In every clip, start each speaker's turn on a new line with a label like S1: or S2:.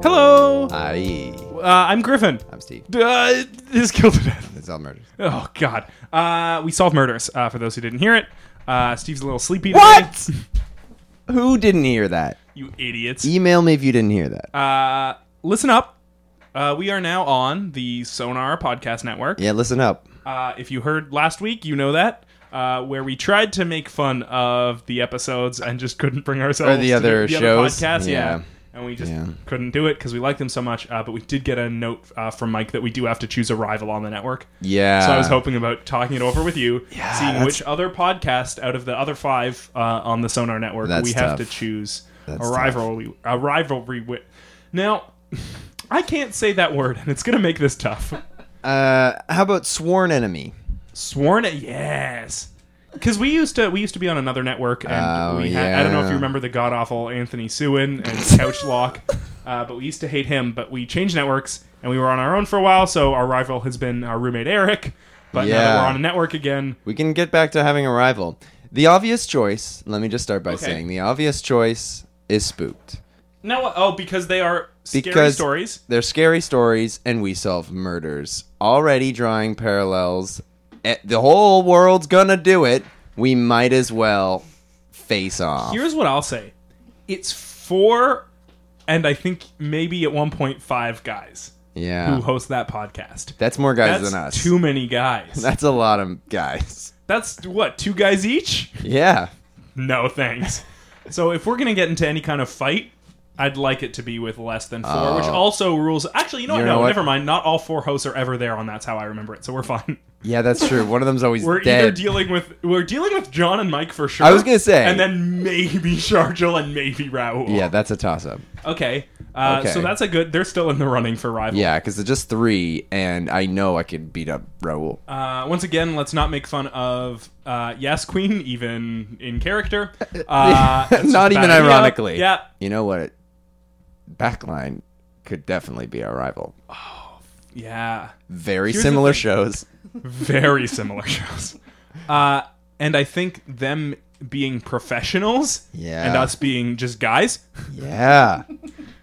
S1: Hello! Uh,
S2: Aye.
S1: I'm Griffin.
S2: I'm Steve.
S1: Uh, this killed to death.
S2: It's all murders.
S1: Oh God! Uh, we solve murders. Uh, for those who didn't hear it, uh, Steve's a little sleepy.
S2: What?
S1: today.
S2: Who didn't hear that?
S1: you idiots!
S2: Email me if you didn't hear that.
S1: Uh, listen up. Uh, we are now on the Sonar Podcast Network.
S2: yeah, listen up.
S1: Uh, if you heard last week, you know that uh, where we tried to make fun of the episodes and just couldn't bring ourselves
S2: Or the
S1: to
S2: other
S1: the
S2: shows.
S1: Other podcasts, yeah.
S2: Yeah.
S1: And we just
S2: Yeah.
S1: couldn't do it because we liked them so much. Uh, but we did get a note uh, from Mike that we do have to choose a rival on the network.
S2: Yeah.
S1: So I was hoping about talking it over with you,
S2: Uh, Yeah,
S1: seeing
S2: that's-
S1: which other podcast out of the other five uh, on the Sonar Network
S2: That's
S1: we have
S2: tough.
S1: to choose
S2: That's
S1: a rivalry, a rivalry with. Now, I can't say that word, and it's going to make this tough.
S2: Uh, how about sworn enemy?
S1: Sworn at yes, because we used to we used to be on another network, and
S2: Oh,
S1: we had, I don't know if
S2: yeah.
S1: you remember the god awful Anthony Sewin and Couchlock, uh, but we used to hate him. But we changed networks, and we were on our own for a while. So our rival has been our roommate Eric. But now that
S2: Yeah.
S1: we're on a network again,
S2: We can get back to having a rival. The obvious choice. Let me just start by
S1: Okay.
S2: saying the obvious choice is spooked.
S1: No, oh, because they are scary
S2: Because-
S1: stories.
S2: They're scary stories, and we solve murders. Already drawing parallels. Eh, The whole world's gonna do it. We might as well face off.
S1: Here's what I'll say: it's four, and I think maybe at one point five guys
S2: yeah,
S1: who host that podcast.
S2: that's more guys
S1: That's
S2: than us.
S1: too many guys.
S2: that's a lot of guys.
S1: That's what two guys each.
S2: Yeah.
S1: No thanks. so if we're gonna get into any kind of fight. I'd like it to be with less than four, which
S2: Oh.
S1: also rules. Actually, you know,
S2: You
S1: what?
S2: know
S1: no,
S2: what?
S1: never mind. Not all four hosts are ever there on. That's how I remember it, so we're fine.
S2: Yeah, that's true. One of them's always
S1: We're either
S2: dead.
S1: dealing with we're dealing with John and Mike for sure.
S2: I was gonna say.
S1: and then maybe Sharjil and maybe Raoul.
S2: yeah, that's a toss-up.
S1: Okay. Uh,
S2: Okay.
S1: So that's a good. They're still in the running for rival.
S2: Yeah, because it's just three, and I know I could beat up Raul.
S1: Uh, once again, let's not make fun of uh, Yas Queen, even in character. Uh, that's just
S2: Not
S1: a bad
S2: even
S1: idea.
S2: ironically.
S1: Yeah.
S2: You know what? Backline could definitely be our rival.
S1: Yeah.
S2: Very
S1: Here's the
S2: similar
S1: thing.
S2: shows.
S1: Very similar shows. Uh, and I think them being professionals
S2: Yeah.
S1: and us being just guys,
S2: Yeah,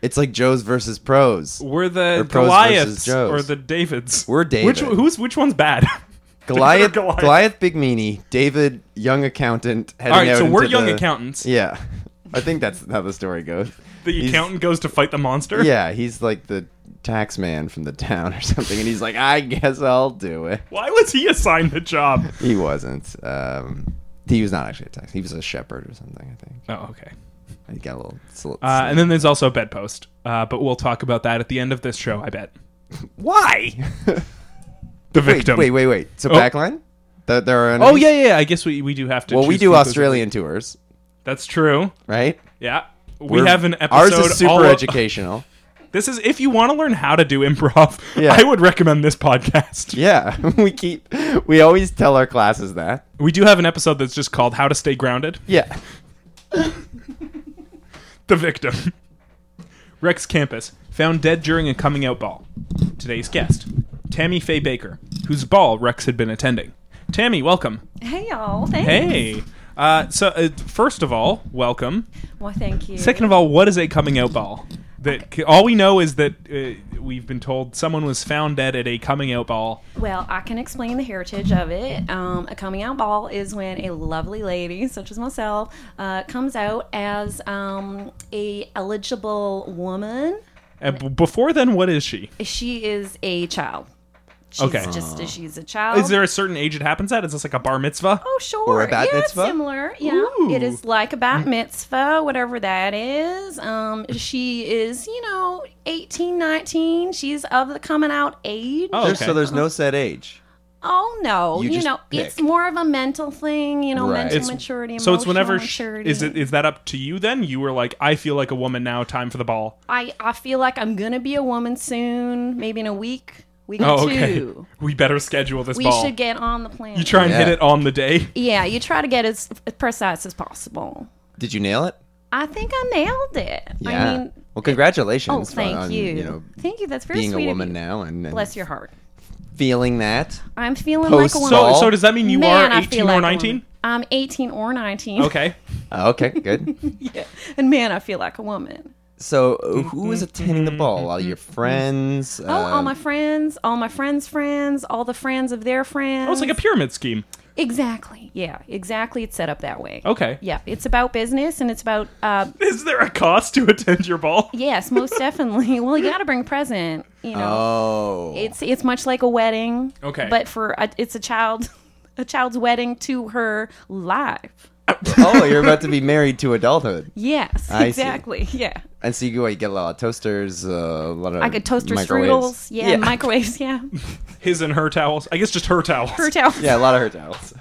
S2: it's like Joes versus Pros.
S1: we're the
S2: We're pros versus
S1: Goliaths
S2: Joes.
S1: or the Davids.
S2: We're David.
S1: Which who's which one's bad?
S2: Goliath,
S1: David or
S2: Goliath, big meanie. David, young accountant. Heading
S1: All right,
S2: out
S1: so we're
S2: into
S1: young
S2: the-
S1: accountants.
S2: Yeah, I think that's how the story goes.
S1: The
S2: He's-
S1: accountant goes to fight the monster.
S2: Yeah, he's like the tax man from the town or something, and he's like, I guess I'll do it.
S1: Why was he assigned the job?
S2: He wasn't. Um, he was not actually a tax. He was a shepherd or something. I think
S1: Oh, okay.
S2: he got a little. sl-
S1: Uh, and then there's also a bedpost, uh, but we'll talk about that at the end of this show, I bet.
S2: why?
S1: The
S2: wait,
S1: victim.
S2: wait, wait, wait. So backline? Th- there are.
S1: Oh
S2: enemies?
S1: yeah, yeah. yeah, I guess we, we do have to.
S2: Well, we
S1: choose
S2: do
S1: people.
S2: Australian tours,
S1: That's true.
S2: right?
S1: Yeah, we
S2: We're-
S1: have an episode.
S2: Ours is super
S1: all of-
S2: educational.
S1: This is if you want to learn how to do improv.
S2: Yeah.
S1: I would recommend this podcast.
S2: yeah, we keep. We always tell our classes that.
S1: We do have an episode that's just called "How to Stay Grounded."
S2: Yeah.
S1: The victim. Rex Campus, found dead during a coming out ball. Today's guest, Tammy Faye Baker, whose ball Rex had been attending. Tammy, welcome.
S3: Hey y'all. Thanks.
S1: Hey. Uh, so, uh, first of all, welcome.
S3: Well, thank you.
S1: Second of all, what is a coming out ball? That all we know is that uh, we've been told someone was found dead at a coming out ball.
S3: well, I can explain the heritage of it. Um, a coming out ball is when a lovely lady, such as myself, uh, comes out as um, a eligible woman.
S1: And Uh, b- before then, what is she?
S3: She is a child. She's
S1: Okay.
S3: Just as she's a child.
S1: Is there a certain age it happens at? Is this like a bar mitzvah?
S3: Oh sure,
S2: Or a bat
S3: yeah, it's
S2: mitzvah?
S3: similar. Yeah,
S1: Ooh.
S3: it is like a bat mitzvah, whatever that is. Um, she is, you know, 18, 19. She's of the coming out age.
S1: Oh, okay.
S2: So there's no set age.
S3: Oh no,
S2: You
S3: you,
S2: just
S3: know,
S2: pick.
S3: it's more of a mental thing. You know,
S2: Right.
S3: mental
S2: It's-
S3: maturity.
S1: So it's
S3: emotional
S1: whenever sh-
S3: maturity.
S1: is it is that up to you then? You were like, I feel like a woman now. Time for the ball.
S3: I I feel like I'm gonna be a woman soon, maybe in a week, week or
S1: Oh,
S3: two.
S1: okay. We better schedule this
S3: We
S1: ball.
S3: should get on the plan.
S1: you try and hit
S2: Yeah.
S1: it on the day.
S3: yeah, you try to get as precise as possible.
S2: Did you nail it?
S3: I think I nailed it.
S2: Yeah.
S3: I mean,
S2: well,
S3: oh,
S2: congratulations.
S3: thank
S2: on,
S3: you.
S2: You know,
S3: thank you. That's very
S2: being
S3: sweet.
S2: a
S3: of
S2: woman
S3: you.
S2: now and, and
S3: Bless your heart.
S2: feeling that.
S3: I'm feeling like a woman.
S2: Post-sol.
S1: Oh, So so does that mean you
S3: Man,
S1: are
S3: I feel
S1: eighteen
S3: like
S1: or
S3: a
S1: nineteen?
S3: woman. I'm 18 or 19.
S1: Okay.
S2: Oh, okay, good.
S3: yeah. And man, I feel like a woman.
S2: so, uh, who is attending the ball? All your friends? Um,
S3: Oh, all Oh, my friends, all my friends' friends, all the friends of their friends.
S1: Oh, it's like a pyramid scheme.
S3: exactly. Yeah, exactly. It's set up that way.
S1: Okay.
S3: Yeah, it's about business and it's about uh,
S1: Is there a cost to attend your ball?
S3: yes, most definitely. Well, you got to bring a present. You know,
S2: Oh.
S3: it's it's much like a wedding.
S1: Okay.
S3: But for a, it's a child, a child's wedding to her life.
S2: oh, you're about to be married to adulthood.
S3: Yes,
S2: I see.
S3: exactly. Yeah.
S2: And so you, what, you get a lot of toasters, uh, a lot of
S3: I could toasters,
S2: microwaves.
S3: strudels, yeah, microwaves, yeah,
S1: His and her towels. I guess just her towels.
S3: her towels.
S2: Yeah, a lot of her towels.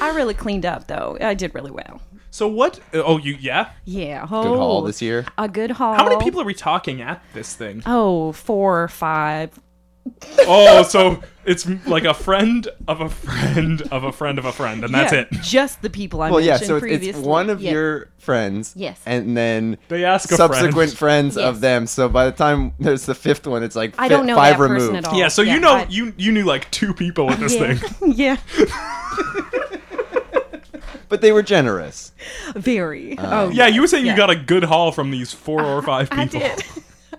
S3: I really cleaned up though. I did really well.
S1: So what? Oh, you yeah.
S3: Yeah.
S2: Good
S3: oh,
S2: haul this year.
S3: A good haul.
S1: How many people are we talking at this thing?
S3: Oh, four or five.
S1: oh, so it's like a friend of a friend of a friend of a friend, and that's
S3: Yeah,
S1: it.
S3: Just the people I
S2: Well, yeah,
S3: mentioned
S2: so it's,
S3: previously.
S2: it's one of
S3: Yeah.
S2: your friends.
S3: Yes.
S2: And then
S1: They ask a
S2: subsequent friends
S3: Yes.
S2: of them. So by the time there's the fifth one, it's like
S3: I
S2: fi-
S3: don't know
S2: five
S3: that
S2: removed.
S3: person at all.
S1: Yeah, so you know
S3: I-
S1: you you knew like two people with this
S3: yeah.
S1: thing.
S3: yeah,
S2: But they were generous.
S3: very.
S2: Uh,
S3: oh,
S1: Yeah, you were saying you
S3: Yeah.
S1: got a good haul from these four or five people.
S3: I did.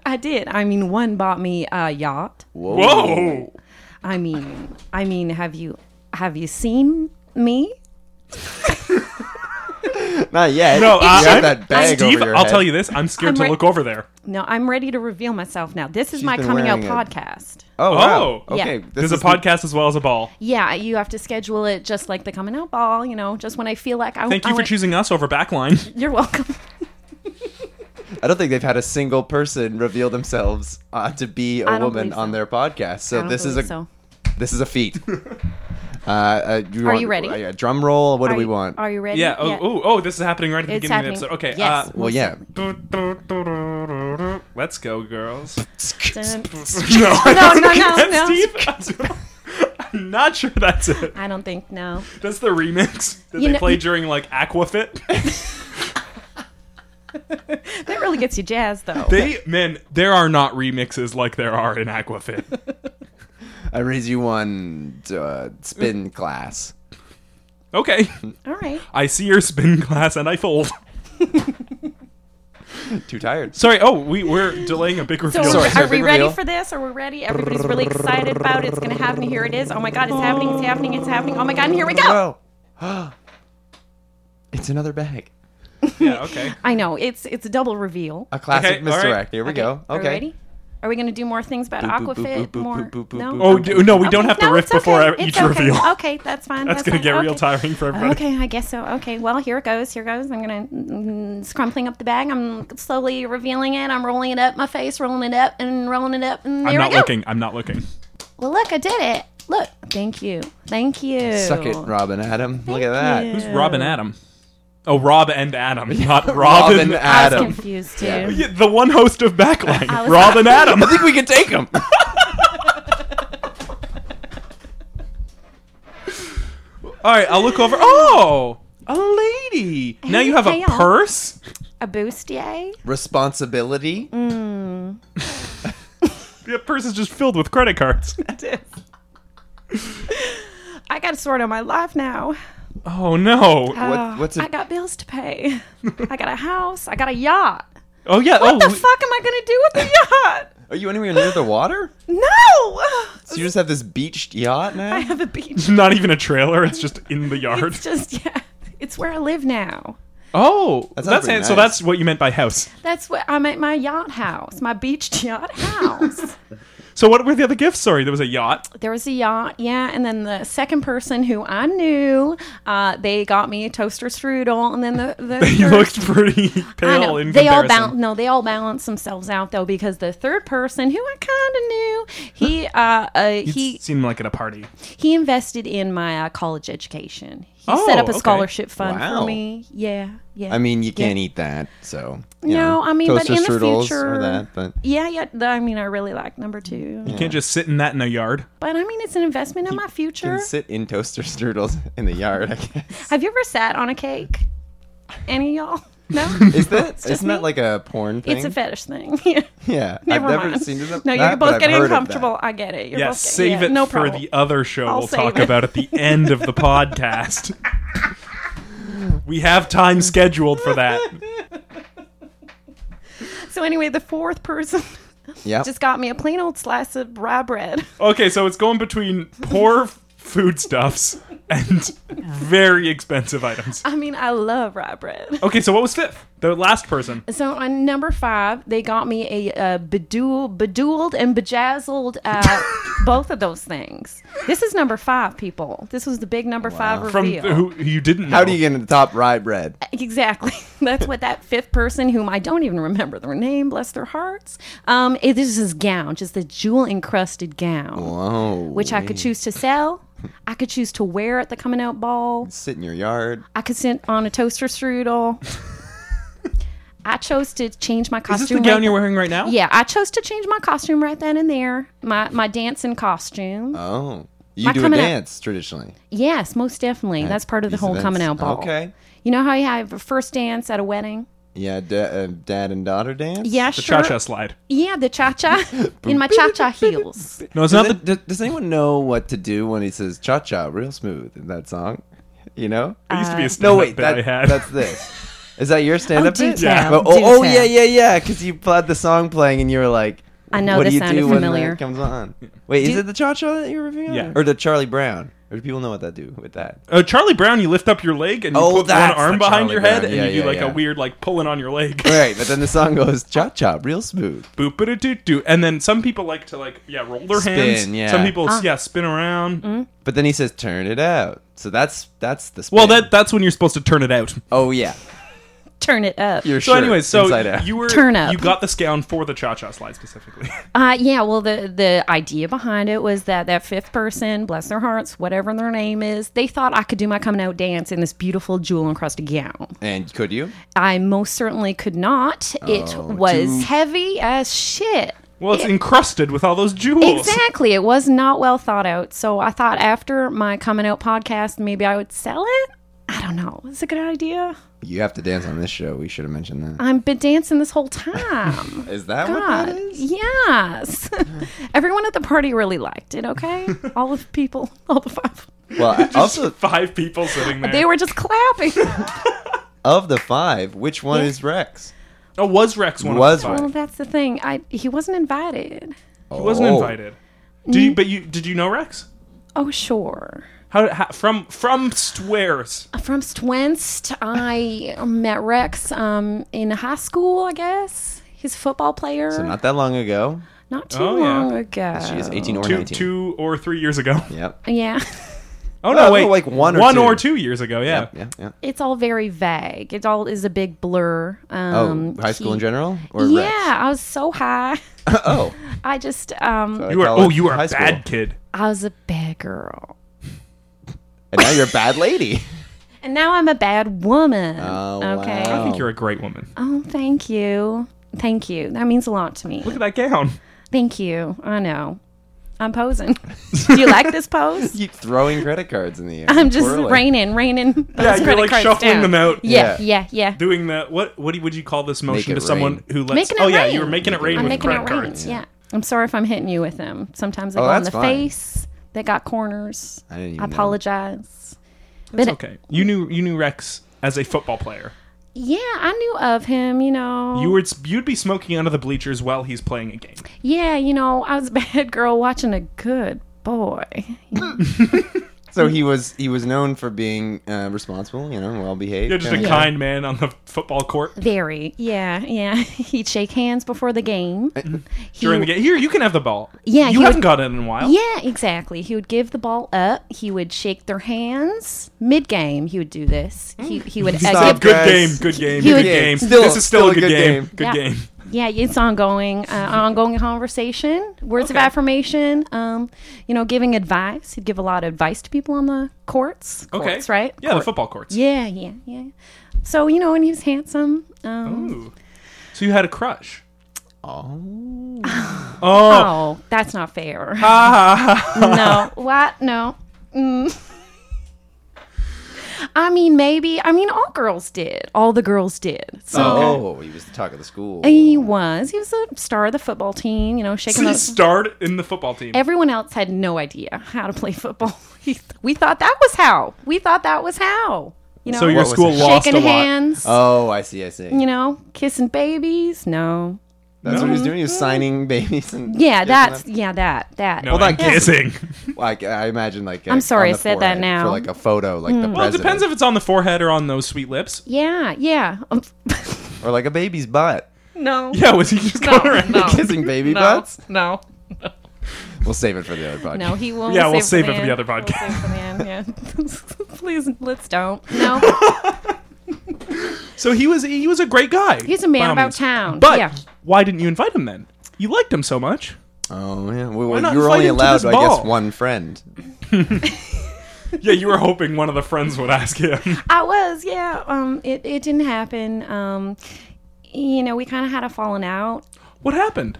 S3: I did. I mean, one bought me a yacht.
S2: Whoa.
S1: Whoa!
S3: I mean, I mean, have you have you seen me?
S2: Not yet.
S1: No,
S2: you
S1: I-
S2: have
S1: I'm-
S2: that bag
S1: Steve,
S2: over your
S1: I'll
S2: head.
S1: tell you this: I'm scared
S3: I'm
S1: to
S3: right-
S1: look over there.
S3: No, I'm ready to reveal myself now. This is
S2: She's
S3: my
S2: been
S3: coming out
S2: wearing a-
S3: podcast.
S2: Oh, wow.
S1: Oh.
S3: Yeah.
S2: okay.
S1: There's a
S2: is the-
S1: podcast as well as a ball.
S3: Yeah, you have to schedule it just like the coming out ball. You know, just when I feel like I.
S1: Thank you
S3: I
S1: for
S3: want-
S1: choosing us over Backline.
S3: You're welcome.
S2: I don't think they've had a single person reveal themselves uh, to be
S3: I
S2: a
S3: don't
S2: woman
S3: believe so.
S2: on their podcast.
S3: I
S2: So
S3: don't
S2: this is a
S3: believe so.
S2: this is a feat. uh, uh, do you want,
S3: you ready?
S2: A, drum roll. What do
S3: Are
S2: we
S3: you-
S2: want?
S3: Are you ready?
S1: yeah. Oh, oh, oh, this is happening right at the
S3: It's
S1: beginning of the episode.
S3: happening.
S1: Okay.
S3: Yes.
S1: Uh,
S2: well, yeah.
S1: Let's go, girls.
S3: Dun-
S1: No, I
S3: No,
S1: don't
S3: no,
S1: think
S3: no, no.
S1: that's Steve. I'm not sure that's it.
S3: I don't think no.
S1: That's the remix that
S3: You
S1: they
S3: know-
S1: play during like Aquafit.
S3: That really gets you jazzed though.
S1: They man, there are not remixes like there are in Aquafit.
S2: I raise you one uh,
S1: Mm.
S2: spin glass.
S1: Okay,
S3: All right.
S1: I see your spin glass and I fold.
S2: Too tired.
S1: Sorry. Oh, we we're delaying a big
S3: So
S1: reveal.
S2: Sorry,
S3: are
S2: sorry,
S3: we
S2: big
S3: ready
S2: reveal.
S3: for this? Are we ready? Everybody's really excited about it. It's gonna happen. Here it is. Oh my god, it's happening, it's happening, it's happening. Oh my god, and here we go.
S2: Oh. it's another bag.
S1: Yeah. Okay.
S3: I know, it's it's a double reveal.
S2: A classic
S1: Okay, all right.
S2: misdirect. Here we go.
S3: Are we
S2: Okay.
S3: ready? Are we gonna do more things about
S2: Boop, boop, boop, boop,
S3: Aquafit?
S2: boop,
S3: More
S2: boop, boop, boop,
S3: no?
S2: boop.
S1: Oh, d- no, we
S3: Okay,
S1: don't have to
S3: no,
S1: riff
S3: it's okay,
S1: before
S3: it's
S1: each
S3: okay.
S1: reveal.
S3: Okay, that's fine.
S1: That's gonna
S3: fine,
S1: get real
S3: okay.
S1: tiring for everybody.
S3: Okay, I guess so. Okay, well, here it goes. Here goes. I'm gonna mm, scrumpling up the bag. I'm slowly revealing it. I'm rolling it up my face, rolling it up and rolling it up, and there
S1: I'm not
S3: we go.
S1: looking. I'm not looking.
S3: Well, look, I did it. Look, thank you, thank you.
S2: Suck it, Robin Adam. Look at that.
S3: you.
S1: Who's Robin Adam? Oh, Rob and Adam, not
S2: Robin
S1: Robin.
S2: Adam.
S3: I was confused too.
S2: Yeah.
S1: Yeah, the one host of Backline,
S3: I was-
S1: Rob and Adam.
S2: I think we can take him.
S1: All right, I'll look over. Oh, a lady. now you have
S3: hey,
S1: a
S3: y'all.
S1: purse.
S3: A bustier.
S2: Responsibility.
S1: Your purse is just filled with credit cards.
S3: I got a sword on my life now. Uh,
S1: Oh no.
S2: What- what's a-
S3: I got bills to pay. I got a house. I got a yacht.
S1: oh yeah.
S3: What
S1: oh,
S3: the
S1: we-
S3: fuck am I gonna do with a yacht?
S2: Are you anywhere near the water?
S3: No.
S2: So you just have this beached yacht
S3: I
S2: now?
S3: have a beach.
S1: not even a trailer. It's just in the yard.
S3: It's just yeah. It's where I live now.
S1: Oh,
S2: That sounds
S1: that's
S2: pretty
S1: hand- so.
S2: nice.
S1: That's what you meant by house.
S3: That's what I'm at my yacht house, my beach yacht house.
S1: So what were the other gifts? Sorry, there was a yacht.
S3: there was a yacht, yeah. And then the second person who I knew, uh, they got me a toaster strudel, and then the the
S1: You
S3: third-
S1: looked pretty pale
S3: I know.
S1: in
S3: they all
S1: comparison.
S3: balance. No, they all balance themselves out though, because the third person, who I kind of knew, he uh, uh he
S1: It seemed like at a party.
S3: he invested in my uh, college education. He set
S1: Oh,
S3: up a
S1: okay.
S3: scholarship fund
S2: Wow.
S3: for me. Yeah, yeah.
S2: I mean, you can't eat that, so you
S3: No, I mean, but
S2: toaster
S3: in the
S2: strudels
S3: future-
S2: or that, but
S3: yeah, yeah. th- I mean, I really like number two,
S1: You can't just sit in that in a yard.
S3: but I mean, it's an investment in my
S2: you
S3: future.
S2: can sit in toaster strudels in the yard. I guess
S3: Have you ever sat on a cake? Any of y'all? No,
S2: is that isn't
S3: me.
S2: that like a porn thing?
S3: it's a fetish thing. Yeah.
S2: yeah,
S3: Never
S2: I've never
S3: mind.
S2: seen it.
S3: No, you're both getting uncomfortable. I get it. You're
S1: Yeah,
S3: both get-
S1: save
S3: yeah,
S1: it
S3: no
S1: for
S3: problem.
S1: the other show
S3: I'll
S1: we'll
S3: save
S1: talk
S3: it.
S1: about at the end of the podcast. we have time scheduled for that.
S3: So anyway, the fourth person
S2: Yeah,
S3: just got me a plain old slice of rye bread.
S1: Okay, so it's going between poor foodstuffs and very expensive items.
S3: I mean, I love rye bread.
S1: Okay, so what was fifth? The last person.
S3: So on number five, they got me a, uh bedool, bedooled and bejazzled, uh, both of those things. This is number five, people. This was the big number five
S1: From
S3: reveal.
S1: who who you didn't know.
S2: how do you get into the top rye bread?
S3: Exactly. That's what that fifth person, whom I don't even remember their name, bless their hearts. Um, it, this is his gown, just a jewel encrusted gown,
S2: Whoa,
S3: which I
S1: Mm.
S3: could choose to sell. I could choose to wear at the coming out ball.
S2: sit in your yard.
S3: I could sit on a toaster strudel. I chose to change my
S1: Is
S3: costume.
S1: this the
S3: right
S1: gown you're wearing right now?
S3: Yeah, I chose to change my costume right then and there. My my dancing
S1: Uh.
S3: costume.
S2: Oh, you
S3: My
S2: do a
S3: coming out-
S2: dance traditionally.
S3: yes, most definitely. That's part of the
S2: these
S3: whole coming out
S2: events.
S3: ball.
S2: Okay.
S3: You know how you have a first dance at a wedding?
S2: Yeah, da- uh, dad and daughter dance.
S3: Yeah,
S1: The
S3: sure.
S1: cha-cha slide.
S3: Yeah, the cha cha in my cha cha heels.
S1: No, it's
S2: Does,
S1: not the
S2: it- does- does anyone know what to do when he says "cha cha" real smooth in that song? You know?
S1: It used to be a stand
S2: No, wait.
S1: that,
S2: That,
S1: I had.
S2: that's this. Is that your stand-up?
S3: do
S2: bit?
S3: tell,
S2: Oh,
S3: do
S2: oh, yeah,
S3: tell.
S2: yeah, yeah. Because you had the song playing, and you were like,
S3: I know
S2: What
S3: this
S2: do you
S3: sounded
S2: do when
S3: familiar.
S2: that comes on? Wait, is
S3: Do-
S2: it the cha cha that you're reviewing?
S1: Yeah.
S2: Or the Charlie Brown? Or do people know what that do with that?
S1: Uh, Charlie Brown, you lift up your leg and you
S2: Oh,
S1: put one
S2: that's the
S1: arm behind
S2: Charlie
S1: your head
S2: Brown.
S1: and
S2: Yeah,
S1: you do
S2: yeah,
S1: like
S2: yeah.
S1: a weird like pulling on your leg.
S2: Right, but then the song goes cha cha, real smooth.
S1: Boop a doo doo. And then some people like to like yeah, roll their hands.
S2: Spin, yeah.
S1: Some people
S3: Uh.
S1: yeah, spin around.
S3: Mm-hmm.
S2: But then he says, "Turn it out." So that's that's the spin.
S1: Well, that that's when you're supposed to turn it out.
S2: oh yeah,
S3: Turn it up.
S2: your
S1: So
S2: shirt
S1: anyway, so
S2: inside out.
S1: you were
S3: Turn up.
S1: you got the scown for the cha-cha slide specifically.
S3: Uh, yeah, well, the, the idea behind it was that that fifth person, bless their hearts, whatever their name is, they thought I could do my coming out dance in this beautiful jewel encrusted gown.
S2: and could you?
S3: I most certainly could not. It was heavy as shit.
S1: well, it's encrusted with all those jewels.
S3: Exactly. It was not well thought out. So I thought after my coming out podcast, maybe I would sell it. I don't know. It's a good idea.
S2: You have to dance on this show. We should have mentioned that.
S3: I've been dancing this whole time.
S2: Is that what that
S3: God.
S2: is?
S3: Yes. Everyone at the party really liked it, okay? all the people, all the five.
S2: Well, I- also
S1: Five people sitting there.
S3: They were just clapping.
S2: of the five, which one is Rex?
S1: oh, was Rex one
S2: Was
S1: of the
S3: well,
S1: five?
S3: that's the thing. I he wasn't invited.
S1: He wasn't
S2: Oh.
S1: invited. Do
S3: Mm.
S1: you, but you did you know Rex?
S3: Oh, sure.
S1: How, how from from swears?
S3: From Stwenst, I met Rex um, in high school, I guess. He's a football player.
S2: So
S3: not,
S2: not that long ago.
S3: too
S1: Oh, yeah.
S3: long ago.
S2: She is 18 or
S1: Two,
S2: 19.
S1: two or three years ago.
S2: Yep.
S3: Yeah.
S1: Oh no,
S2: no,
S1: wait,
S2: like one or
S1: one
S2: two.
S1: or two years ago. Yeah.
S2: Yeah, yeah.
S3: It's all very vague. It all is a big blur.
S2: Oh,
S3: Um,
S2: high school
S3: he-
S2: in general or
S3: Yeah,
S2: Rex?
S3: I was so high.
S2: oh,
S3: I just, um,
S1: You were
S2: College,
S1: oh, you were a
S2: uh, high
S1: bad
S2: school.
S1: kid.
S3: I was a bad girl.
S2: and now you're a bad lady.
S3: And now I'm a bad woman.
S1: Uh.
S2: Oh,
S3: okay.
S1: I
S2: wow.
S1: think you're a great woman.
S3: Oh, thank you. Thank you. That means a lot to me.
S1: Look at that gown.
S3: Thank you. I know. I'm posing. Do you like this pose?
S2: Keep throwing credit cards in the air.
S3: I'm just
S2: Twirling.
S3: raining, raining. those
S1: you're,
S3: credit
S1: like,
S3: cards
S1: shuffling
S3: down.
S1: them out.
S3: Yeah,
S2: Yeah.
S3: yeah, yeah.
S1: Doing the what? What would you call this motion
S2: it
S1: to someone
S2: rain.
S1: who lets?
S3: Making it
S1: oh yeah,
S3: rain.
S1: you were making it rain
S3: I'm
S1: with
S3: making it
S1: credit
S3: rain.
S1: cards.
S3: Yeah. I'm sorry if I'm hitting you with them. Sometimes I
S2: Oh,
S3: go in
S2: that's
S3: the
S2: fine.
S3: face. They got corners.
S2: I didn't even
S3: I
S2: know.
S3: apologize.
S1: It's
S3: but
S1: okay. You knew you knew Rex as a football player.
S3: yeah, I knew of him. You know.
S1: You were you'd be smoking under the bleachers while he's playing a game.
S3: yeah, you know, I was a bad girl watching a good boy.
S2: So he was he was known for being uh, responsible, you know, well behaved.
S1: You're just a
S2: kinda guy.
S1: kind man on the football court
S3: Very, yeah, yeah. He'd shake hands before the game. He-
S1: Uh, during the game. Here, you can have the ball.
S3: Yeah,
S1: you
S3: he
S1: haven't
S3: would-
S1: got it in a while.
S3: Yeah, exactly. He would give the ball up. He would shake their hands mid-game. He would do this. He
S1: Mm.
S3: he would uh,
S2: Stop,
S3: give-
S1: Good
S2: Guys,
S1: game, good game,
S3: he
S1: good
S3: would-
S1: game.
S2: Still-
S1: this is still, a good, game. Good
S3: Yeah.
S1: game.
S3: yeah, it's ongoing, uh, ongoing conversation, words of
S1: Okay.
S3: affirmation. Um, you know, giving advice. He'd give a lot of advice to people on the courts.
S1: Okay.
S3: courts, right?
S1: Yeah, the football courts.
S3: Yeah, yeah, yeah. So you know, and he was handsome. Um,
S1: Ooh. So you had a crush. Oh.
S3: oh.
S1: Oh.
S3: that's not fair.
S1: Ah.
S3: no, what? No. Mm. I mean, maybe. I mean, all girls did. All the girls did. So
S2: Oh, he was the talk of the school.
S3: he was. He was a star of the football team. You know, shaking.
S1: So you
S3: those-
S1: starred in the football team.
S3: Everyone else had no idea how to play football. We, th- we thought that was how. We thought that was how. You know,
S1: so your
S2: was
S1: school
S2: it?
S1: lost
S3: shaking
S1: a lot. Uh.
S3: hands.
S2: Oh, I see, I see.
S3: you know, kissing babies. No.
S2: That's what he was doing. He was signing babies and
S3: Yeah,
S2: kissing
S3: that's
S2: them.
S3: yeah that that.
S1: No,
S2: Well,
S1: I'm
S2: not kissing.
S1: kissing.
S2: like I imagine like
S3: I'm sorry,
S2: on
S3: I
S2: the
S3: said that Hmm.
S2: forehead
S3: now.
S2: for like a photo, like the
S1: Well, it
S2: president,
S1: depends if it's on the forehead or on those sweet lips.
S3: Yeah, yeah. Um,
S2: or like a baby's butt,
S3: no.
S1: Yeah, was he just going around?
S3: no.
S2: kissing baby butts.
S3: No.
S2: We'll save it for the other podcast.
S3: No, he won't.
S1: Yeah, we'll save it for
S3: man.
S1: the other
S3: We'll
S1: podcast.
S3: save it for the end, yeah. Please, let's don't. No,
S1: So he was he was a great guy.
S3: he's a man
S1: by all
S3: about
S1: means.
S3: town.
S1: But
S3: yeah.
S1: why didn't you invite him then? You liked him so much.
S2: Oh yeah, well,
S1: not
S2: you were
S1: invite him
S2: only
S1: to
S2: allowed,
S1: this
S2: I guess,
S1: ball?
S2: one friend.
S1: Yeah, you were hoping one of the friends would ask him.
S3: I was, yeah. Um, it, it didn't happen. Um, you know, we kind of had a falling out.
S1: what happened?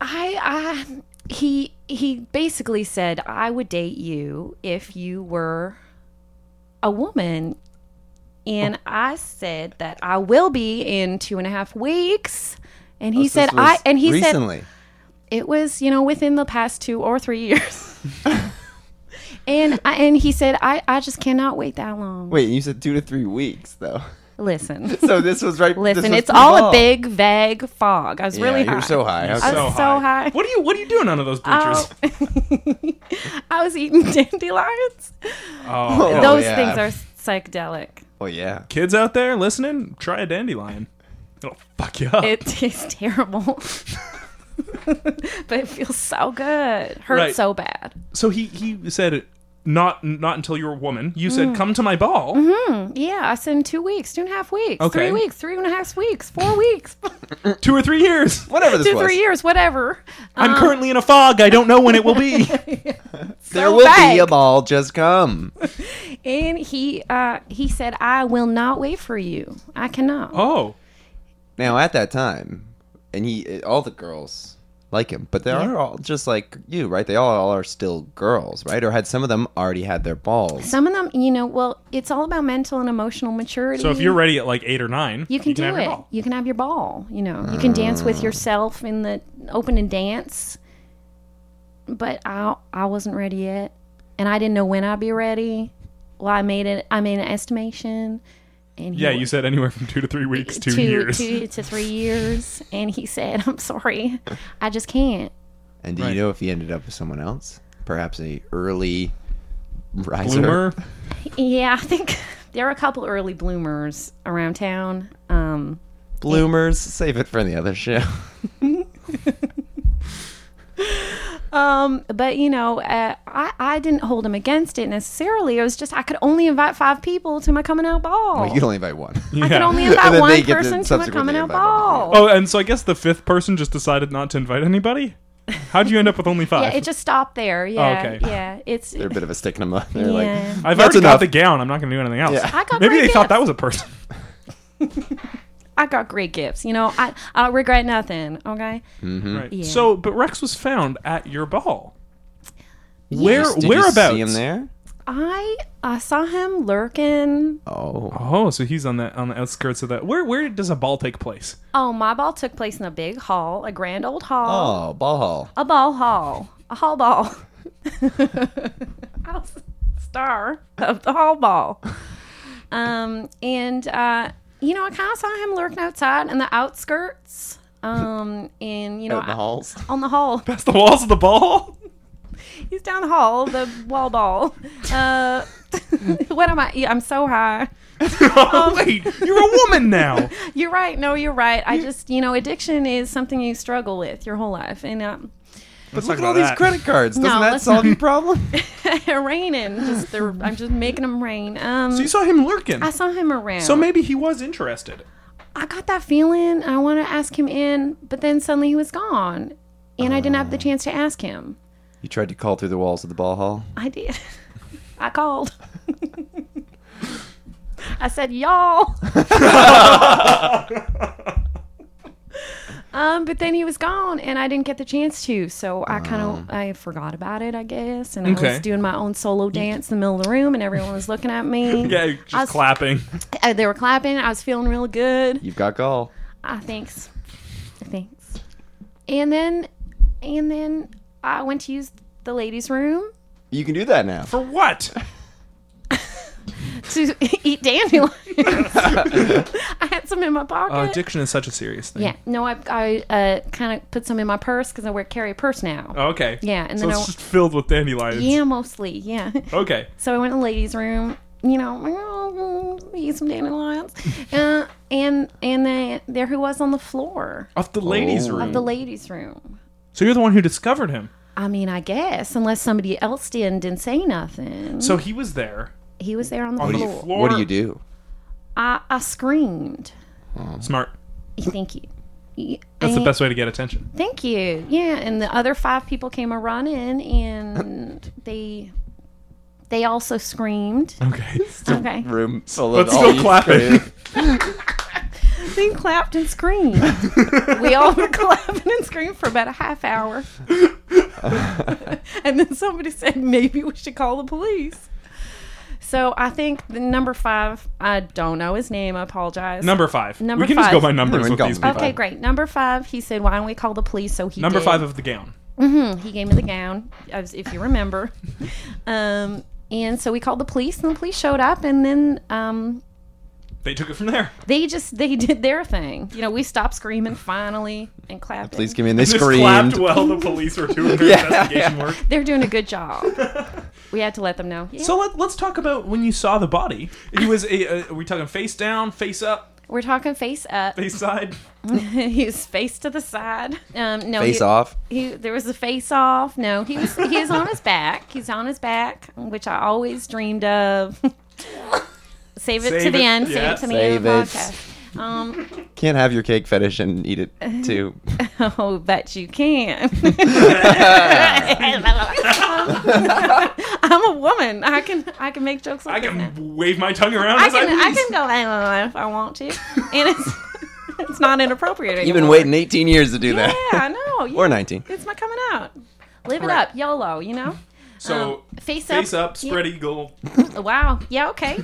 S3: I, I, he, he basically said, I would date you if you were a woman. And I said that I will be in two and a half weeks. And he
S2: Oh, This
S3: said,
S2: was
S3: I, and he said,
S2: recently.
S3: it was you know within the past two or three years and I, and he said I, I just cannot wait that long
S2: Wait, you said two to three weeks though.
S3: listen
S2: So this was right.
S3: listen it's all a big vague fog i was really
S2: you
S3: high.
S2: were so high. How
S3: I
S2: could-
S3: was so high.
S1: What are you What are you doing under those bleachers?
S3: Oh. i was eating dandelions
S1: Oh.
S2: Oh,
S3: Uh, those
S2: yeah.
S3: things are psychedelic
S2: Oh yeah.
S1: kids out there listening, try a dandelion. It'll fuck you up.
S3: it tastes terrible but it feels so good hurt
S1: Right.
S3: so bad
S1: so he he said, not not until you're a woman. You
S3: Mm.
S1: said, come to my ball.
S3: Mm-hmm. yeah i said in two weeks two and a half weeks
S1: Okay.
S3: three weeks three and a half weeks four weeks
S1: Two or three years.
S2: Whatever this
S3: two
S2: was,
S3: three years whatever
S1: I'm currently in a fog. I don't know when it will be.
S2: there
S3: so
S2: will be
S3: vague.
S2: a ball. Just come.
S3: And he uh, he said, "I will not wait for you. I cannot."
S1: oh.
S2: Now at that time, and he, all the girls like him, but they are all just like you, right? They all, all are still girls, right? Or had some of them already had their balls?
S3: Some of them, you know, well, it's all about mental and emotional maturity.
S1: So if you're ready at like eight or nine,
S3: you can,
S1: have
S3: do
S1: your
S3: it.
S1: ball.
S3: You can have your ball. You know, you can dance with yourself in the open and dance. But I I wasn't ready yet, and I didn't know when I'd be ready. Well, I made it. I made an estimation, and he
S1: Yeah,
S3: wa-
S1: you said anywhere from two to three weeks, two,
S3: two
S1: years.
S3: two to three years, and he said, "I'm sorry, I just can't."
S2: And do
S1: Right.
S2: you know if he ended up with someone else? Perhaps a early riser.
S1: Bloomer.
S3: Yeah, I think there are a couple early bloomers around town. Um,
S2: Bloomers. Save it for the other show.
S3: um, but you know, uh, I I didn't hold him against it necessarily. It was just I could only invite five people to my coming out ball.
S2: You can only invite one.
S1: Yeah.
S3: I could only
S2: And
S3: invite
S2: then
S3: one
S2: they get to
S3: person to my
S2: subsequently
S3: coming out
S2: invite one.
S3: ball.
S1: Oh, and so I guess the fifth person just decided not to invite anybody. How'd you end up with only five?
S3: Yeah, it just stopped there. Yeah,
S1: Oh, okay.
S3: yeah. It's
S2: They're a bit of a stick in the mud. They're
S3: yeah.
S2: like,
S1: I've
S2: That's
S1: already got
S2: enough.
S1: the gown. I'm not going to do anything else.
S2: Yeah.
S3: I got
S1: Maybe
S3: great
S1: they thought that
S3: gifts.
S1: was a person.
S3: I got great gifts. You know, I I don't regret nothing. Okay.
S1: Right. So, but Rex was found at your ball. Where
S2: Did
S1: whereabouts?
S2: You see him there?
S3: I I saw him lurking
S2: Oh,
S1: Oh, so he's on the on the outskirts of that. Where where does a ball take place?
S3: Oh, my ball took place in a big hall, a grand old hall,
S2: oh, ball hall.
S3: a ball hall, a hall ball. I was a star of the hall ball. Um, and uh, you know, I kind of saw him lurking outside in the outskirts. Um, and you know,
S2: Out in the
S3: I-
S2: halls.
S3: on the hall,
S1: That's the walls of the ball.
S3: He's down the hall, the wall ball. Uh, what am I? Yeah, I'm so high. Um,
S1: oh, wait, you're a woman now.
S3: You're right. No, you're right. I just, you know, addiction is something you struggle with your whole life. And um,
S2: But
S1: Let's
S2: look
S1: talk
S2: at all
S1: about
S2: these
S1: that.
S2: credit cards. Doesn't
S3: No,
S2: that
S3: let's
S2: solve
S3: not.
S2: your problem?
S3: raining. Just the, I'm just making them rain. Um,
S1: So you saw him lurking.
S3: I saw him around.
S1: So maybe he was interested.
S3: I got that feeling. I want to ask him in, but then suddenly he was gone. And I didn't have the chance to ask him.
S2: You tried to call through the walls of the ball hall.
S3: I did. I called. I said, y'all. um, but then he was gone, and I didn't get the chance to. So I kind of I forgot about it, I guess. And I
S1: Okay.
S3: was doing my own solo dance in the middle of the room, and everyone was looking at me.
S1: Yeah, just
S3: I was-
S1: clapping.
S3: Uh, they were clapping. I was feeling real good.
S2: You've got gall.
S3: Ah, thanks. Thanks. And then, and then I went to use the ladies' room
S2: You can do that now.
S1: For what?
S3: to eat dandelions. I had some in my pocket.
S1: Uh, addiction is such a serious thing.
S3: yeah. No, I, I uh, kind of put some in my purse because I wear carry a purse now.
S1: Oh, okay.
S3: Yeah, and
S1: so
S3: then
S1: it's
S3: I-
S1: just filled with dandelions.
S3: Yeah, mostly. Yeah.
S1: Okay.
S3: So I went to the ladies' room. You know, eat some dandelions. Uh, and and then there who was on the floor
S1: Of the ladies'
S2: Oh.
S1: room.
S3: of the ladies' room.
S1: so you're the one who discovered him.
S3: I mean, I guess unless somebody else did and didn't say nothing.
S1: So he was there
S3: he was there on the
S1: on the
S3: floor.
S1: floor.
S2: What do you do?
S3: I, I screamed.
S1: Smart.
S3: Thank you. Yeah,
S1: That's the
S3: and-
S1: best way to get attention.
S3: Thank you. Yeah, and the other five people came a running, and they they also screamed.
S1: Okay.
S3: Okay,
S2: Room full
S1: But
S2: of all
S1: still
S2: these
S1: clapping.
S2: credit-
S3: they clapped and screamed. we all were clapping and screamed for about a half hour, and then somebody said maybe we should call the police. So I think the number five. I don't know his name. I apologize.
S1: Number five.
S3: Number
S1: we can just go
S3: five.
S1: by numbers
S2: Yeah, we
S1: with
S2: can
S1: these
S2: go by
S1: people.
S3: okay, great. Number five. He said, "Why don't we call the police?" So he
S1: Number
S3: did.
S1: five of the gown.
S3: He gave me the gown, as if you remember. um, and so we called the police, and the police showed up, and then um,
S1: They took it from there.
S3: they just they did their thing. You know, we stopped screaming finally and clapping.
S2: Please give me. And they
S1: Just
S2: screamed.
S1: clapped while the police were doing their
S2: Yeah,
S1: investigation
S2: yeah.
S1: work.
S3: They're doing a good job. we had to let them know. Yeah.
S1: So let, let's talk about when you saw the body. He was. A, uh, are we talking face down, face up,
S3: We're talking face up.
S1: face side?
S3: he was face to the side. Um, no,
S2: Face
S3: he,
S2: off.
S3: He there was a face off. No, he was he is on his back. He's on his back, which I always dreamed of. save it to
S1: Save
S3: the
S1: it.
S3: end.
S1: Yeah.
S3: Save it to the
S2: Save
S3: end
S2: it.
S3: of the podcast. Um,
S2: Can't have your cake fetish and eat it too.
S3: Oh, bet you can. I'm a woman. I can I can make jokes like
S1: I
S3: this now.
S1: can wave my tongue around
S3: I
S1: as I
S3: can I
S1: please.
S3: can go if I want to, and it's it's not inappropriate anymore.
S2: You've been waiting 18 years to do
S3: Yeah,
S2: that.
S3: I know. Yeah.
S2: or 19.
S3: It's my coming out. Live
S1: Right.
S3: it up, YOLO. You know.
S1: So
S3: Um, face,
S1: face
S3: up.
S1: up, spread eagle.
S3: Yeah. Oh, Wow. Yeah. Okay.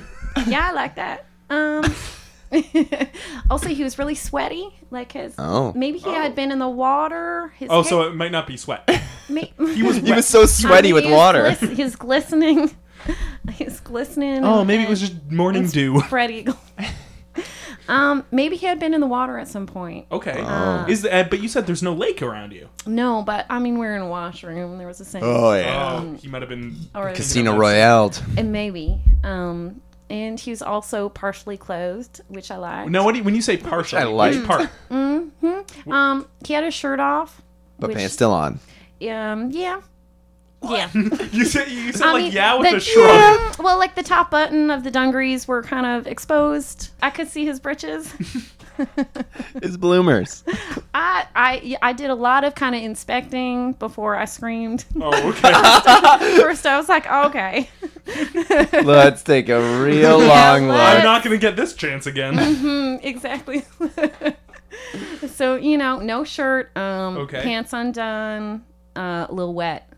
S3: Yeah, I like that. Um. also, he was really sweaty. Like his.
S2: Oh.
S3: Maybe he had been in the water. His
S1: Oh,
S3: hair-
S1: so it might not be sweat.
S3: may-
S1: He was.
S2: He
S1: wet.
S2: was so sweaty
S3: I mean,
S2: with
S3: he was
S2: water.
S3: glis- he was glistening. he was glistening.
S1: Oh,
S3: and-
S1: maybe it was just morning
S3: and
S1: dew.
S3: Spread eagle. um, maybe he had been in the water at some point.
S2: Oh.
S1: Okay.
S3: Ah.
S1: Is the, uh, but you said there's no lake around you.
S3: No, but I mean, we're in a washroom. There was a sink.
S2: Oh, yeah.
S1: Oh, he might have been.
S3: Um, Or-
S2: Casino Royale.
S3: And maybe. Um, and he was also partially clothed, which I like.
S1: No, what do you, when you say partial,
S2: I like.
S1: which part?
S3: Um, he had his shirt off.
S2: But
S3: which-
S2: pants still on.
S3: Um, yeah. Yeah.
S1: You said you said
S3: I
S1: like
S3: mean,
S1: yeah with
S3: the-
S1: a shrug.
S3: Mm, Well, like the top button of the dungarees were kind of exposed. I could see his britches.
S2: It's bloomers.
S3: I, I, I did a lot of kind of inspecting before I screamed.
S1: Oh, okay.
S3: First, I was like, okay.
S2: Let's take a real long
S1: I'm
S2: look.
S1: not gonna get this chance again.
S3: Mm, exactly. so, you know, no shirt, um,
S1: Okay.
S3: pants undone, uh, a little wet,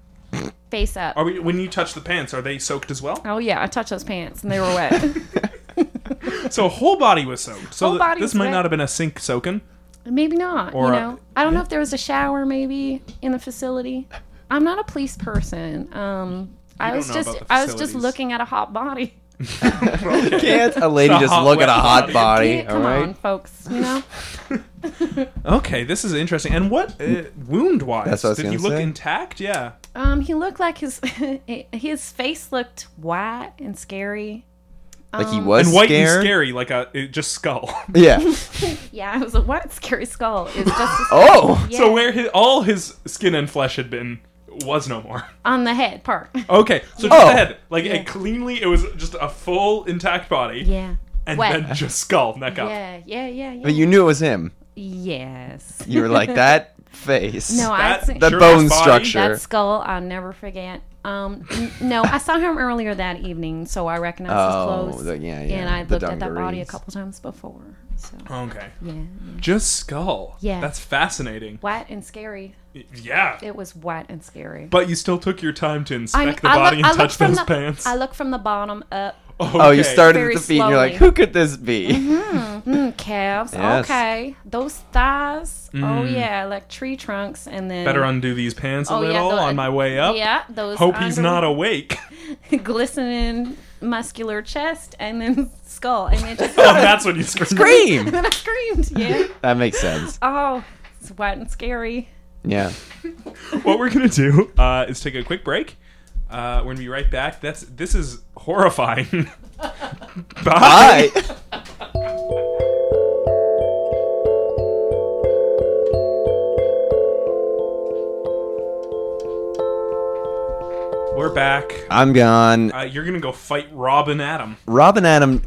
S3: face up.
S1: Are we? When you touch the pants, are they soaked as well?
S3: Oh, yeah, I touched those pants and they were wet.
S1: So whole body was soaked. So
S3: Whole
S1: th-
S3: body
S1: this
S3: was
S1: might
S3: wet.
S1: not have been a sink soaking.
S3: maybe not,
S1: Or,
S3: you
S1: uh,
S3: know. I don't know if there was a shower maybe in the facility. I'm not a police person. Um, I
S1: don't
S3: was
S1: know
S3: just
S1: about the
S3: I was just
S1: facilities.
S3: looking at a hot body.
S2: Can't a lady
S1: It's a
S2: just
S1: hot,
S2: look at a
S1: wet
S2: hot
S1: body.
S2: body? All
S3: Come
S2: right.
S3: on, folks, you know.
S1: Okay, this is interesting. And what uh, wound wise?
S2: That's what I was
S1: Did
S2: gonna
S1: he look
S2: say.
S1: intact? Yeah.
S3: Um, he looked like his his face looked white and scary.
S2: Like
S3: Um,
S2: he was
S1: and white
S2: scared?
S1: and scary, like a it, just skull.
S2: Yeah.
S3: Yeah, it was a white scary skull. It was just a
S2: Oh.
S3: yeah,
S1: So where his, all his skin and flesh had been was no more.
S3: on the head part.
S1: Okay, so just
S2: Oh.
S1: the head, like a cleanly, it was just a full intact body,
S3: Yeah.
S1: and
S3: Wet.
S1: then just skull neck up.
S3: Yeah, yeah, yeah, yeah.
S2: But you knew it was him.
S3: yes.
S2: You were like that face.
S3: No, I
S1: That,
S3: think
S2: The
S1: sure
S2: bone
S1: body-
S2: structure.
S3: that skull I'll never forget. Um, n- no, I saw him earlier that evening, so I recognized
S2: Oh,
S3: his clothes.
S2: the- yeah, yeah.
S3: And I
S2: the
S3: looked at that body a
S2: dungarees.
S3: couple times before. So
S1: Okay,
S3: yeah, yeah.
S1: just skull.
S3: Yeah.
S1: that's fascinating.
S3: white and scary.
S1: Yeah,
S3: It was white and scary.
S1: but you still took your time to inspect
S3: I'm-
S1: the body
S3: look-
S1: and
S3: look
S1: touch
S3: from
S1: those
S3: the,
S1: pants.
S3: I look from the bottom up.
S2: Oh, you
S1: Okay.
S2: started
S3: Very
S2: at the feet and you're like,
S3: slowly.
S2: who could this be?
S3: Mm, calves.
S2: Yes.
S3: Okay. Those thighs. Oh yeah, like tree trunks, and then
S1: Mm. Better undo these pants a
S3: Oh,
S1: little
S3: yeah, the-
S1: on my way up.
S3: Yeah, those.
S1: Hope he's
S3: under-
S1: not awake.
S3: glistening muscular chest and then skull and then just
S1: oh, that's what you screamed.
S2: Scream!
S3: then I screamed. Yeah.
S2: that makes sense.
S3: Oh, it's white and scary.
S2: Yeah.
S1: what we're gonna do uh, is take a quick break. Uh, we're gonna be right back. That's this is horrifying. Bye.
S2: Hi.
S1: We're back.
S2: I'm gone.
S1: Uh, you're gonna go fight Robin Adam.
S2: Robin Adam,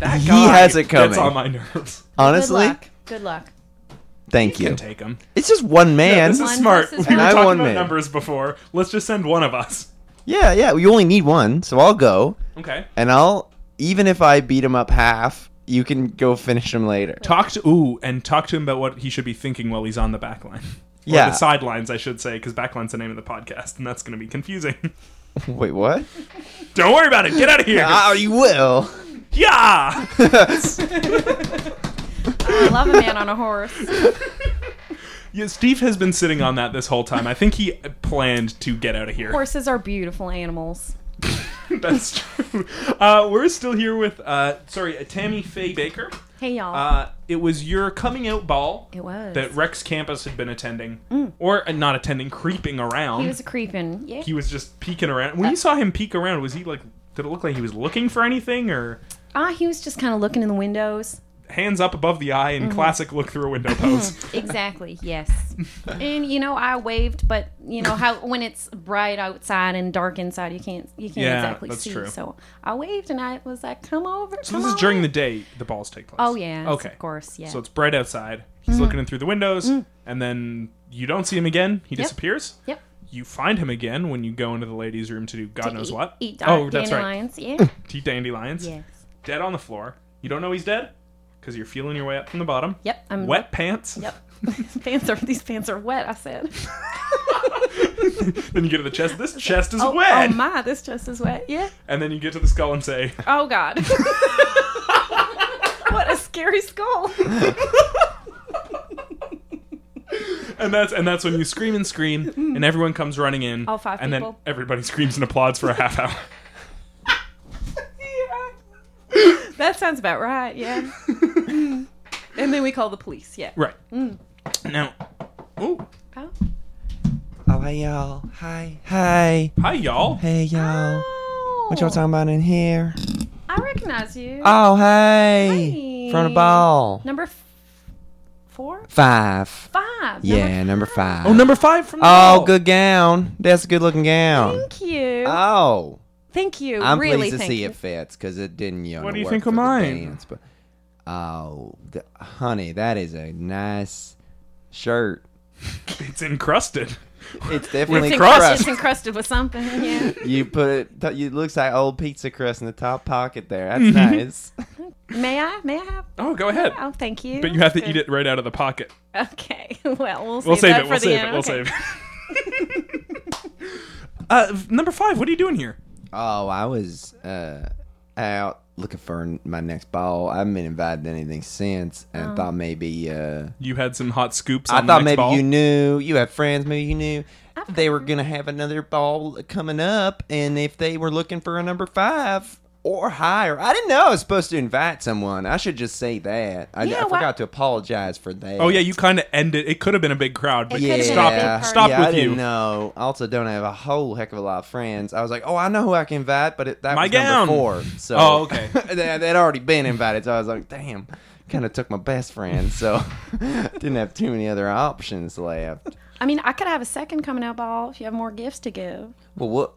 S1: That
S2: He
S1: guy
S2: has it
S1: Gets on
S2: coming.
S1: my nerves.
S3: Good
S2: honestly,
S3: luck. Good luck.
S2: thank
S1: Can
S2: you.
S1: take him.
S2: It's just one
S1: Yeah,
S2: man.
S1: this
S2: Yeah,
S1: is
S3: One
S1: smart. We were talking
S3: versus one.
S2: And I
S1: about
S2: won me.
S1: numbers before. Let's just send one of us.
S2: yeah, You only need one, so I'll go.
S1: Okay.
S2: And I'll, even if I beat him up half, you can go finish him later.
S1: Talk to ooh, and talk to him about what he should be thinking while he's on the back line. Or
S2: Yeah.
S1: the sidelines, I should say, because backline's the name of the podcast, and that's going to be confusing.
S2: Wait, what?
S1: Don't worry about it. Get out of here.
S2: Ah, you will.
S1: yeah.
S3: I love a man on a horse.
S1: Yeah, Steve has been sitting on that this whole time. I think he planned to get out of here.
S3: Horses are beautiful animals.
S1: That's true. Uh, we're still here with, uh, sorry, uh, Tammy Faye Baker.
S3: Hey y'all.
S1: Uh, it was your coming out ball
S3: it was. Mm.
S1: that Rex Campus had been attending, or uh, not attending, creeping around.
S3: he was a creeping. Yeah.
S1: He was just peeking around.
S3: Uh,
S1: When you saw him peek around, was he like? Did it look like he was looking for anything, or
S3: Ah, he was just kind of looking in the windows.
S1: hands up above the eye
S3: Mm-hmm.
S1: in classic look through a window pose?
S3: Exactly. Yes. and you know, I waved, but you know how when it's bright outside and dark inside, you can't you can't
S1: Yeah,
S3: exactly
S1: that's
S3: see.
S1: true.
S3: So I waved and I was like, "Come over."
S1: So this is during the day the balls take place.
S3: Oh yeah.
S1: Okay.
S3: Of course. Yeah. Mm-hmm. Mm.
S1: So it's bright outside. He's looking in through the windows, and then you don't see him again. He
S3: Yep.
S1: disappears.
S3: yep.
S1: You find him again when you go into the ladies' room to do God knows
S3: eat,
S1: what.
S3: Eat
S1: oh,
S3: oh,
S1: that's right.
S3: dandelions. Yeah.
S1: Eat dandelions.
S3: yes.
S1: Dead on the floor. You don't know he's dead because you're feeling your way up from the bottom.
S3: Yep. I'm
S1: Wet pants.
S3: Yep. pants are these pants are wet. I said.
S1: then you get to the chest. This chest is
S3: oh,
S1: wet.
S3: oh my, this chest is wet. Yeah.
S1: And then you get to the skull and say,
S3: Oh God. what a scary skull.
S1: and that's and that's when you scream and scream, and everyone comes running in.
S3: Mm. All five
S1: and then
S3: people.
S1: everybody screams and applauds for a half hour.
S3: That sounds about right. Yeah. And then we call the police. Yeah.
S1: Right.
S3: Mm.
S1: Now, oh,
S3: Oh.
S2: Oh, hey, y'all. Hi. Hi.
S1: hi y'all.
S2: Hey, y'all. What y'all
S3: Oh,
S2: talking about in here?
S3: I recognize you.
S2: Oh, hey.
S3: Hey.
S2: From the ball.
S3: Number f- four,
S2: Five.
S3: five.
S2: Yeah,
S3: Number-
S2: number five.
S1: Oh, number five from the
S2: Oh,
S1: wall.
S2: good gown. That's a good looking gown.
S3: Thank you.
S2: Oh,
S3: thank you.
S2: I'm
S3: really
S2: pleased to
S3: thank
S2: see
S3: you.
S2: it fits because it didn't. You know,
S1: What do you
S2: work
S1: think of
S2: for the
S1: mine?
S2: Dance, but, oh, the, honey, that is a nice shirt.
S1: It's encrusted.
S2: It's definitely
S3: It's encrusted,
S2: crust.
S3: it's encrusted with something. Yeah.
S2: you put it. th- It looks like old pizza crust in the top pocket there. That's
S3: Mm-hmm.
S2: nice.
S3: May I? May I have?
S1: Oh, go ahead.
S3: Oh, thank you.
S1: But you have to eat it right out of the pocket.
S3: Okay. Well, we'll save,
S1: We'll save
S3: that
S1: it.
S3: for
S1: We'll
S3: the
S1: save
S3: end.
S1: it. We'll
S3: okay.
S1: save it. Uh, f- number five. What are you doing here?
S2: Oh, I was uh, out looking for my next ball. I haven't been invited to anything since, and
S3: Oh.
S2: I thought maybe. Uh,
S1: You had some hot scoops.
S2: I
S1: on the
S2: thought
S1: next
S2: maybe
S1: ball.
S2: you knew. You have friends. Maybe you knew they were gonna have another ball coming up, and if they were looking for a number five, or higher. I didn't know I was supposed to invite someone. I should just say that. I,
S3: Yeah,
S2: I
S3: why-
S2: forgot to apologize for that.
S1: Oh yeah, you kind of ended. It could have been a big crowd, but
S3: It could've
S1: you
S3: been a big
S1: stopped.
S3: party.
S1: Stopped
S2: yeah, I
S1: with you.
S2: didn't know. I also don't have a whole heck of a lot of friends. I was like, oh, I know who I can invite, but it, that
S1: My
S2: was
S1: gown.
S2: number four. So
S1: Oh, okay.
S2: they, they'd already been invited, so I was like, damn. Kind of took my best friend, so didn't have too many other options left.
S3: I mean, I could have a second coming out ball if you have more gifts to give.
S2: Well, what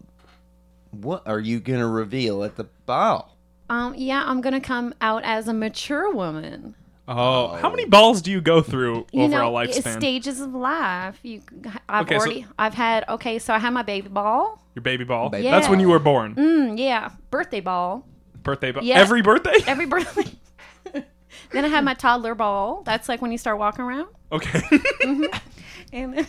S2: what are you gonna reveal at the ball?
S3: Um, yeah, I'm gonna come out as a mature woman.
S1: Oh, how many balls do you go through
S3: You
S1: over
S3: know,
S1: a
S3: it's
S1: lifespan?
S3: stages of life. You, I've
S1: Okay, so-
S3: already, I've had. Okay, so I had my baby ball.
S1: Your baby ball.
S2: Baby
S1: That's when
S3: ball.
S1: you were born.
S3: Mm, yeah, birthday ball.
S1: Birthday ball.
S3: Yeah.
S1: Every birthday.
S3: Every birthday. then I had my toddler ball. That's like when you start walking around.
S1: okay.
S3: And then,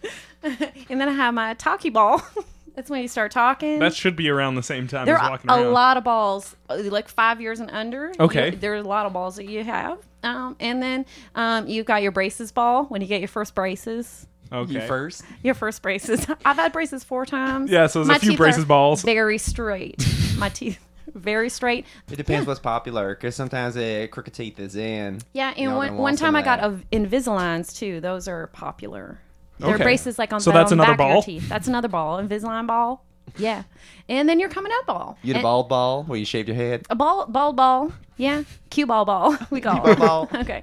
S3: and then I had my talkie ball. That's when you start talking.
S1: that should be around the same time
S3: there
S1: as
S3: are
S1: walking
S3: a
S1: around.
S3: lot of balls, uh, like five years and under.
S1: Okay.
S3: You- there's a lot of balls that you have. Um, and then um, you've got your braces ball when you get your first braces.
S1: Okay.
S2: You first.
S3: Your first braces. I've had braces four times.
S1: Yeah, so there's a few
S3: teeth
S1: braces
S3: are
S1: balls.
S3: Very straight. My teeth, very straight.
S2: It depends what's popular, because sometimes uh, crooked teeth is in.
S3: Yeah, and
S2: Y'all done
S3: one,
S2: lost
S3: one
S2: some
S3: time I
S2: of
S3: got
S2: that.
S3: a, Invisaligns too. Those are popular. They're
S1: Okay.
S3: braces like on
S1: So
S3: the
S1: that's
S3: on
S1: another
S3: back of your
S1: ball?
S3: teeth. That's another ball. Invisalign ball. Yeah, and then you're coming out ball.
S2: You had a
S3: And-
S2: bald ball where you shaved your head.
S3: A ball, ball, ball. Yeah, cue ball, ball. We call
S2: Ball
S3: it.
S2: ball.
S3: Okay.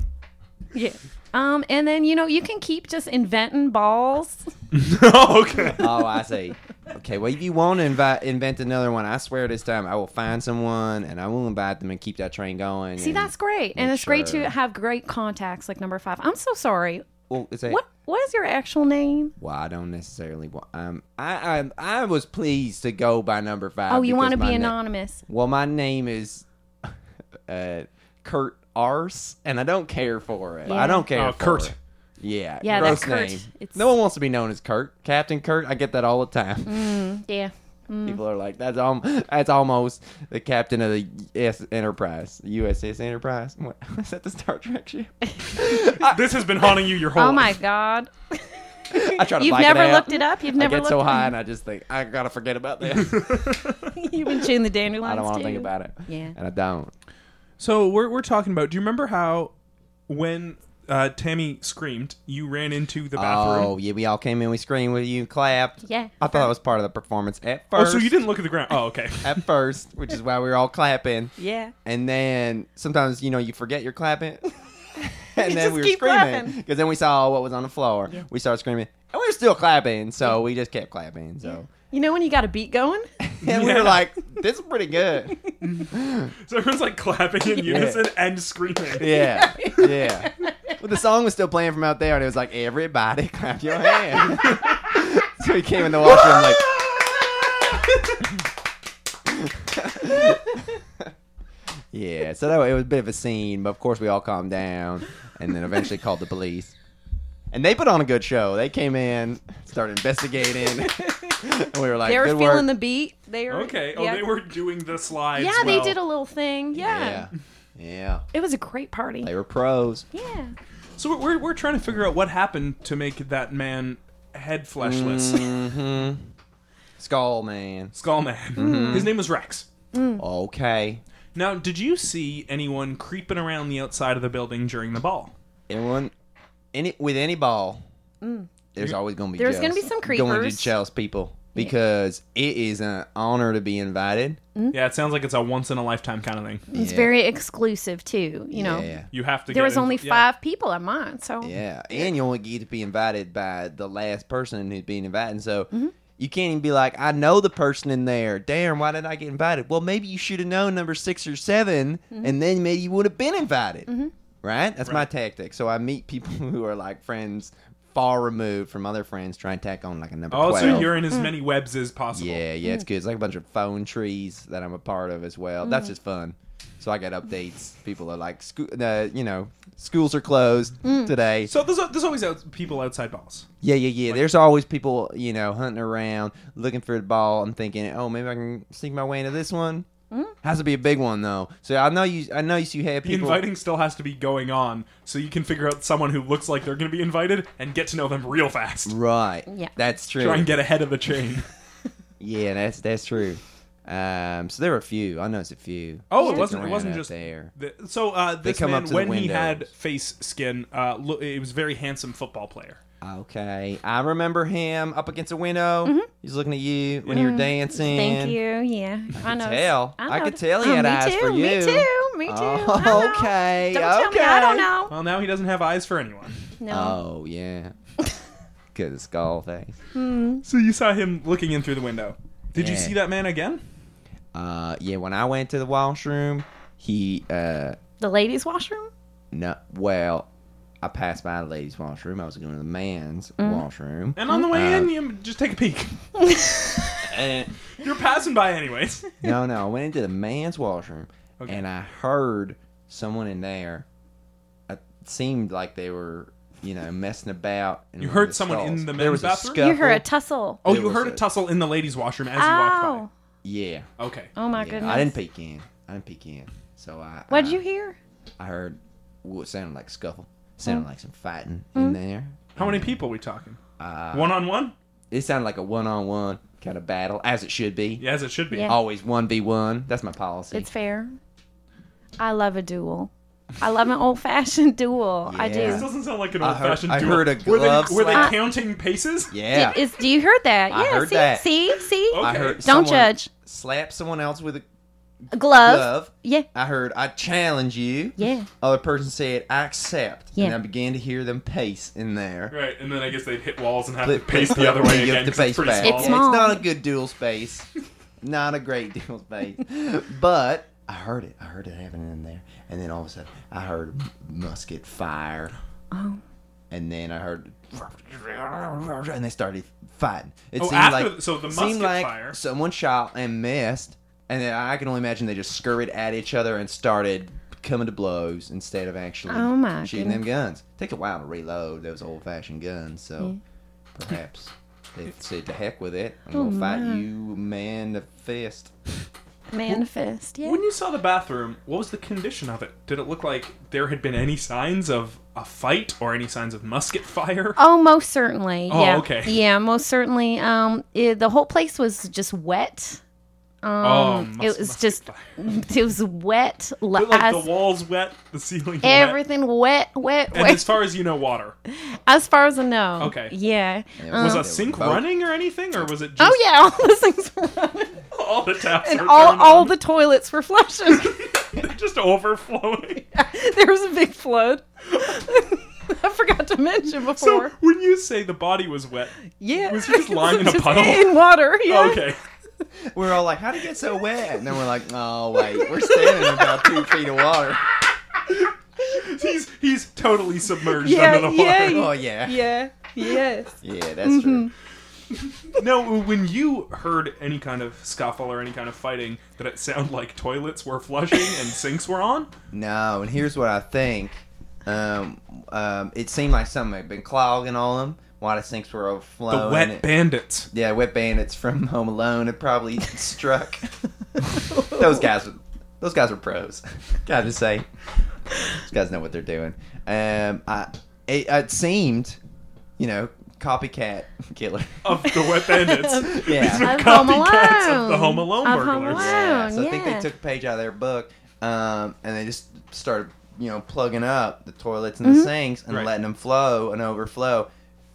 S3: Yeah. Um, and then you know you can keep just inventing balls.
S1: oh, okay.
S2: oh, I see. Okay, well, if you want to invite, invent another one, I swear this time I will find someone and I will invite them and keep that train going.
S3: See,
S2: and-
S3: that's great, and
S2: Make
S3: it's great
S2: sure.
S3: to have great contacts. Like number five. I'm so sorry.
S2: well, it's a,
S3: What What is your actual name?
S2: Well, I don't necessarily want. Um, I, I I was pleased to go by number five.
S3: Oh, you
S2: because
S3: want to
S2: my
S3: be
S2: na-
S3: anonymous?
S2: well, my name is uh, Kurt Arse, and I don't care for it.
S3: Yeah.
S2: I don't care.
S1: Oh,
S2: for
S1: Kurt.
S2: it. Yeah,
S3: Yeah,
S2: gross
S3: that's Kurt.
S2: name.
S3: It's-
S2: No one wants to be known as Kurt, Captain Kurt. I get that all the time.
S3: Mm.
S2: Mm-hmm.
S3: Yeah. Mm.
S2: People are like, that's al- that's almost the captain of the S Enterprise, USS Enterprise. I'm like, Is that the Star Trek ship?
S1: this has been haunting you your whole
S3: Oh my
S1: life.
S3: God.
S2: I try to
S3: You've
S2: black
S3: never
S2: it out.
S3: looked it up. You've never
S2: I get
S3: looked
S2: so
S3: it
S2: high,
S3: up.
S2: and I just think I gotta forget about this.
S3: You've been chewing the dandelions.
S2: I don't want
S3: too.
S2: to think about it.
S3: Yeah.
S2: and I don't.
S1: So we're we're talking about. Do you remember how when uh, Tammy screamed, you ran into the
S2: Oh
S1: bathroom?
S2: yeah, we all came in, we screamed with you, clapped.
S3: Yeah.
S2: I thought that was part of the performance at
S1: Oh,
S2: first.
S1: so you didn't look at the ground. Oh, okay.
S2: at first, which is why we were all clapping.
S3: Yeah.
S2: And then sometimes you know you forget you're clapping, and
S3: You
S2: then
S3: just
S2: we were
S3: keep
S2: screaming
S3: clapping.
S2: because then we saw what was on the floor.
S3: Yeah.
S2: We started screaming, and we were still clapping, so we just kept clapping. So
S3: You know when you got a beat going?
S2: and we
S1: Yeah.
S2: were like, "This is pretty good."
S1: So everyone's like clapping in unison and screaming.
S2: Yeah, yeah. But the song was still playing from out there, and it was like, "Everybody clap your hands." so he came in the washroom like. Yeah, so that, it was a bit of a scene, but of course we all calmed down, and then eventually called the police. And they put on a good show. They came in, started investigating, and we were like,
S3: they were
S2: "Good work."
S3: feeling the beat. They were
S1: Okay. Oh,
S3: Yeah,
S1: they were doing the slides.
S3: Yeah, they
S1: well.
S3: did a little thing. Yeah.
S2: yeah, yeah,
S3: It was a great party.
S2: they were pros.
S3: yeah.
S1: So we're- we're we're trying to figure out what happened to make that man head fleshless.
S2: Mm-hmm. Skull man.
S1: Skull man.
S2: Mm-hmm.
S1: His name was Rex.
S3: Hmm.
S2: Okay,
S1: Now, did you see anyone creeping around the outside of the building during the ball?
S2: anyone, any with any ball, there's always gonna be
S3: Mm. There's
S2: jealous-
S3: gonna be some
S2: going
S3: creepers.
S2: to jealous people because it is an honor to be invited.
S3: Hmm?
S1: Yeah, it sounds like it's a once in a lifetime kind of thing.
S3: It's
S2: Yeah.
S3: very exclusive too, you know.
S2: Yeah.
S1: You have to.
S3: There
S1: get
S3: was
S1: in-
S3: only
S1: yeah.
S3: five people at mine, so
S2: Yeah, and you only get to be invited by the last person who's being invited. So
S3: Mm-hmm.
S2: you can't even be like, I know the person in there. Damn, why did I get invited? Well, maybe you should have known number six or 7
S3: Mm-hmm.
S2: and then maybe you would have been invited. Right? That's my
S1: Right.
S2: tactic. So I meet people who are like friends far removed from other friends, try and tack on like a number.
S1: Oh,
S2: 12.
S1: so you're in
S3: Hmm.
S1: as many webs as possible.
S2: Yeah, yeah, it's good. It's like a bunch of phone trees that I'm a part of as well. That's just fun. So I get updates. People are like, "Sco- uh, you know, schools are closed today.
S1: So there's, there's always out, people outside balls.
S2: Yeah, yeah, yeah. There's always people, you know, hunting around, looking for the ball. I'm thinking, oh, maybe I can sneak my way into this one. Has to be a big one though. So I know you. I know you have
S1: The
S2: people.
S1: inviting still has to be going on, so you can figure out someone who looks like they're going to be invited and get to know them real fast.
S2: Right.
S3: Yeah.
S2: That's true.
S1: Try and get ahead of the chain.
S2: yeah, that's that's true. Um, so there were a few. I noticed a few.
S1: Oh, it
S3: Yeah.
S1: wasn't. It
S2: Around
S1: wasn't
S2: out
S1: just
S2: there.
S1: The, so uh, this
S2: come
S1: man,
S2: up to the
S1: when he had
S2: windows.
S1: face skin, uh, lo- he was a very handsome football player.
S2: Okay, I remember him up against a window. He's looking at you when you were dancing.
S3: Mm-hmm. Thank you. Yeah, I know.
S2: tell. I could
S3: noticed-
S2: tell he had
S3: me
S2: eyes
S3: too,
S2: for
S3: Me
S2: you.
S3: too. Me too.
S2: Oh,
S3: I know.
S2: okay,
S3: Don't tell me
S2: okay.
S3: I don't know.
S1: Well, now he doesn't have eyes for anyone.
S3: No.
S2: Oh yeah, good eh? skull face.
S1: So you saw him looking in through the window. Did you
S2: Yeah.
S1: see that man again?
S2: Uh, yeah. When I went to the washroom, he uh,
S3: The ladies' washroom.
S2: no. Well, I passed by the ladies' washroom. I was going to the man's
S3: Mm-hmm.
S2: washroom.
S1: And on the way
S2: Uh,
S1: in, you just take a peek.
S2: And-
S1: You're passing by anyways.
S2: no, no. I went into the man's washroom,
S1: Okay.
S2: and I heard someone in there. It seemed like they were, you know, messing about. in
S1: You
S2: one of
S1: heard
S2: the
S1: someone in
S2: stalls.
S1: the
S2: There
S1: men's
S2: was a
S1: bathroom?
S3: You heard a
S2: scuffle.
S3: tussle.
S1: Oh,
S2: There
S1: you
S2: was
S1: heard a
S2: a-
S1: tussle in the ladies' washroom as you
S3: Oh.
S1: walked
S2: yeah.
S1: by. Okay.
S3: Oh my
S2: yeah.
S3: goodness.
S2: I didn't peek in. I didn't peek in. So I.
S3: What'd
S2: I-
S3: you hear?
S2: I heard what sounded like scuffle.
S3: Hmm?
S2: Sounded like some fighting in there.
S1: How many people we talking?
S2: Uh,
S1: One on one?
S2: it sounded like a one-on-one kind of battle, as it should be.
S1: Yeah, as it should be.
S3: Yeah.
S2: Always one v one. That's my policy.
S3: It's fair. I love a duel. I love an old fashioned duel. I do.
S2: Yeah.
S1: This doesn't sound like an
S2: I
S1: old fashioned
S2: heard- I
S1: duel.
S2: heard a
S1: were
S2: glove
S1: they, were they
S2: slap.
S1: counting paces?
S2: yeah.
S3: Did- is- do you heard that?
S2: I
S3: yeah.
S2: heard
S3: see,
S2: that. Oh.
S3: see, see.
S1: Okay.
S2: I heard.
S3: Don't
S2: someone
S3: judge.
S2: Slap someone else with a
S3: A glove.
S2: glove.
S3: Yeah.
S2: I heard. I challenge you.
S3: Yeah.
S2: Other person said, "I accept." And
S3: Yeah.
S2: I began to hear them pace in there.
S1: Right, and then I guess they'd hit walls and have
S2: But-
S1: to pace
S2: but-
S1: the other
S2: but
S1: way
S2: you
S1: again.
S2: have to
S1: 'cause It's
S2: pace
S1: pretty
S2: back.
S1: small.
S3: It's
S2: Yeah,
S3: small.
S2: not a good dual space. not a great dual space. But I heard it. I heard it happening in there. And then all of a sudden, I heard musket fire.
S3: Oh.
S2: And then I heard, and they started fighting. It
S1: Oh,
S2: seemed
S1: after-
S2: like
S1: so the musket
S2: seemed like
S1: fire.
S2: someone shot and missed, and then I can only imagine they just scurried at each other and started coming to blows instead of actually
S3: Oh, my
S2: shooting them guns. Takes a while to reload those old-fashioned guns, so Perhaps they said to heck with it. I'm gonna fight
S3: Oh my.
S2: you man to fist.
S3: Manifest. Yeah.
S1: When you saw the bathroom, what was the condition of it? Did it look like there had been any signs of a fight or any signs of musket fire?
S3: Oh, most certainly.
S1: Oh,
S3: yeah.
S1: okay.
S3: Yeah, most certainly. Um, it, the whole place was just wet. Um,
S1: mus-
S3: it was
S1: musket
S3: just,
S1: fire.
S3: it was wet.
S1: But, like the
S3: as-
S1: walls wet, the ceiling wet,
S3: everything wet, wet,
S1: and
S3: wet.
S1: as far as you know, water.
S3: as far as I know.
S1: Okay.
S3: Yeah. Um,
S1: Was
S2: They
S1: a
S2: were
S1: sink
S2: both-
S1: running or anything, or was it just
S3: oh yeah, all the things were running,
S1: all the taps
S3: and
S1: were
S3: all
S1: turned
S3: all
S1: on?
S3: the toilets were flushing.
S1: just overflowing?
S3: there was a big flood. I forgot to mention
S1: So
S3: before.
S1: when you say the body was wet,
S3: yeah,
S1: was he just lying in a
S3: Just
S1: puddle?
S3: in water? Yeah.
S1: okay.
S2: We're all like, how'd it get so wet? And then we're like, oh wait, we're standing in about two feet of water.
S1: He's he's totally submerged
S3: Yeah,
S1: under the
S3: yeah,
S1: water.
S2: Oh yeah. Yeah,
S3: Yeah. Mm-hmm. Yes.
S2: that's true.
S1: No, when you heard any kind of scuffle or any kind of fighting, did it sound like toilets were flushing and sinks were on?
S2: No, and here's what I think. Um, um, it seemed like something had been clogging all them. Why the sinks were
S1: The
S2: overflowing.
S1: wet
S2: Oh, It-
S1: bandits.
S2: yeah, wet bandits from Home Alone had probably struck. those guys those guys are pros gotta just say those guys know what they're doing um i it, it seemed you know copycat killer
S1: Of the wet bandits.
S2: Yeah.
S1: These are
S3: Of Home
S1: copycats of the
S3: Alone.
S1: Home Alone
S3: Of Home
S1: burglars.
S3: Alone.
S2: so i think they
S3: Oh, yeah.
S2: took a page out of their book um and they just started you know plugging up the toilets and the
S3: Mm-hmm.
S2: sinks and
S1: Right.
S2: letting them flow and overflow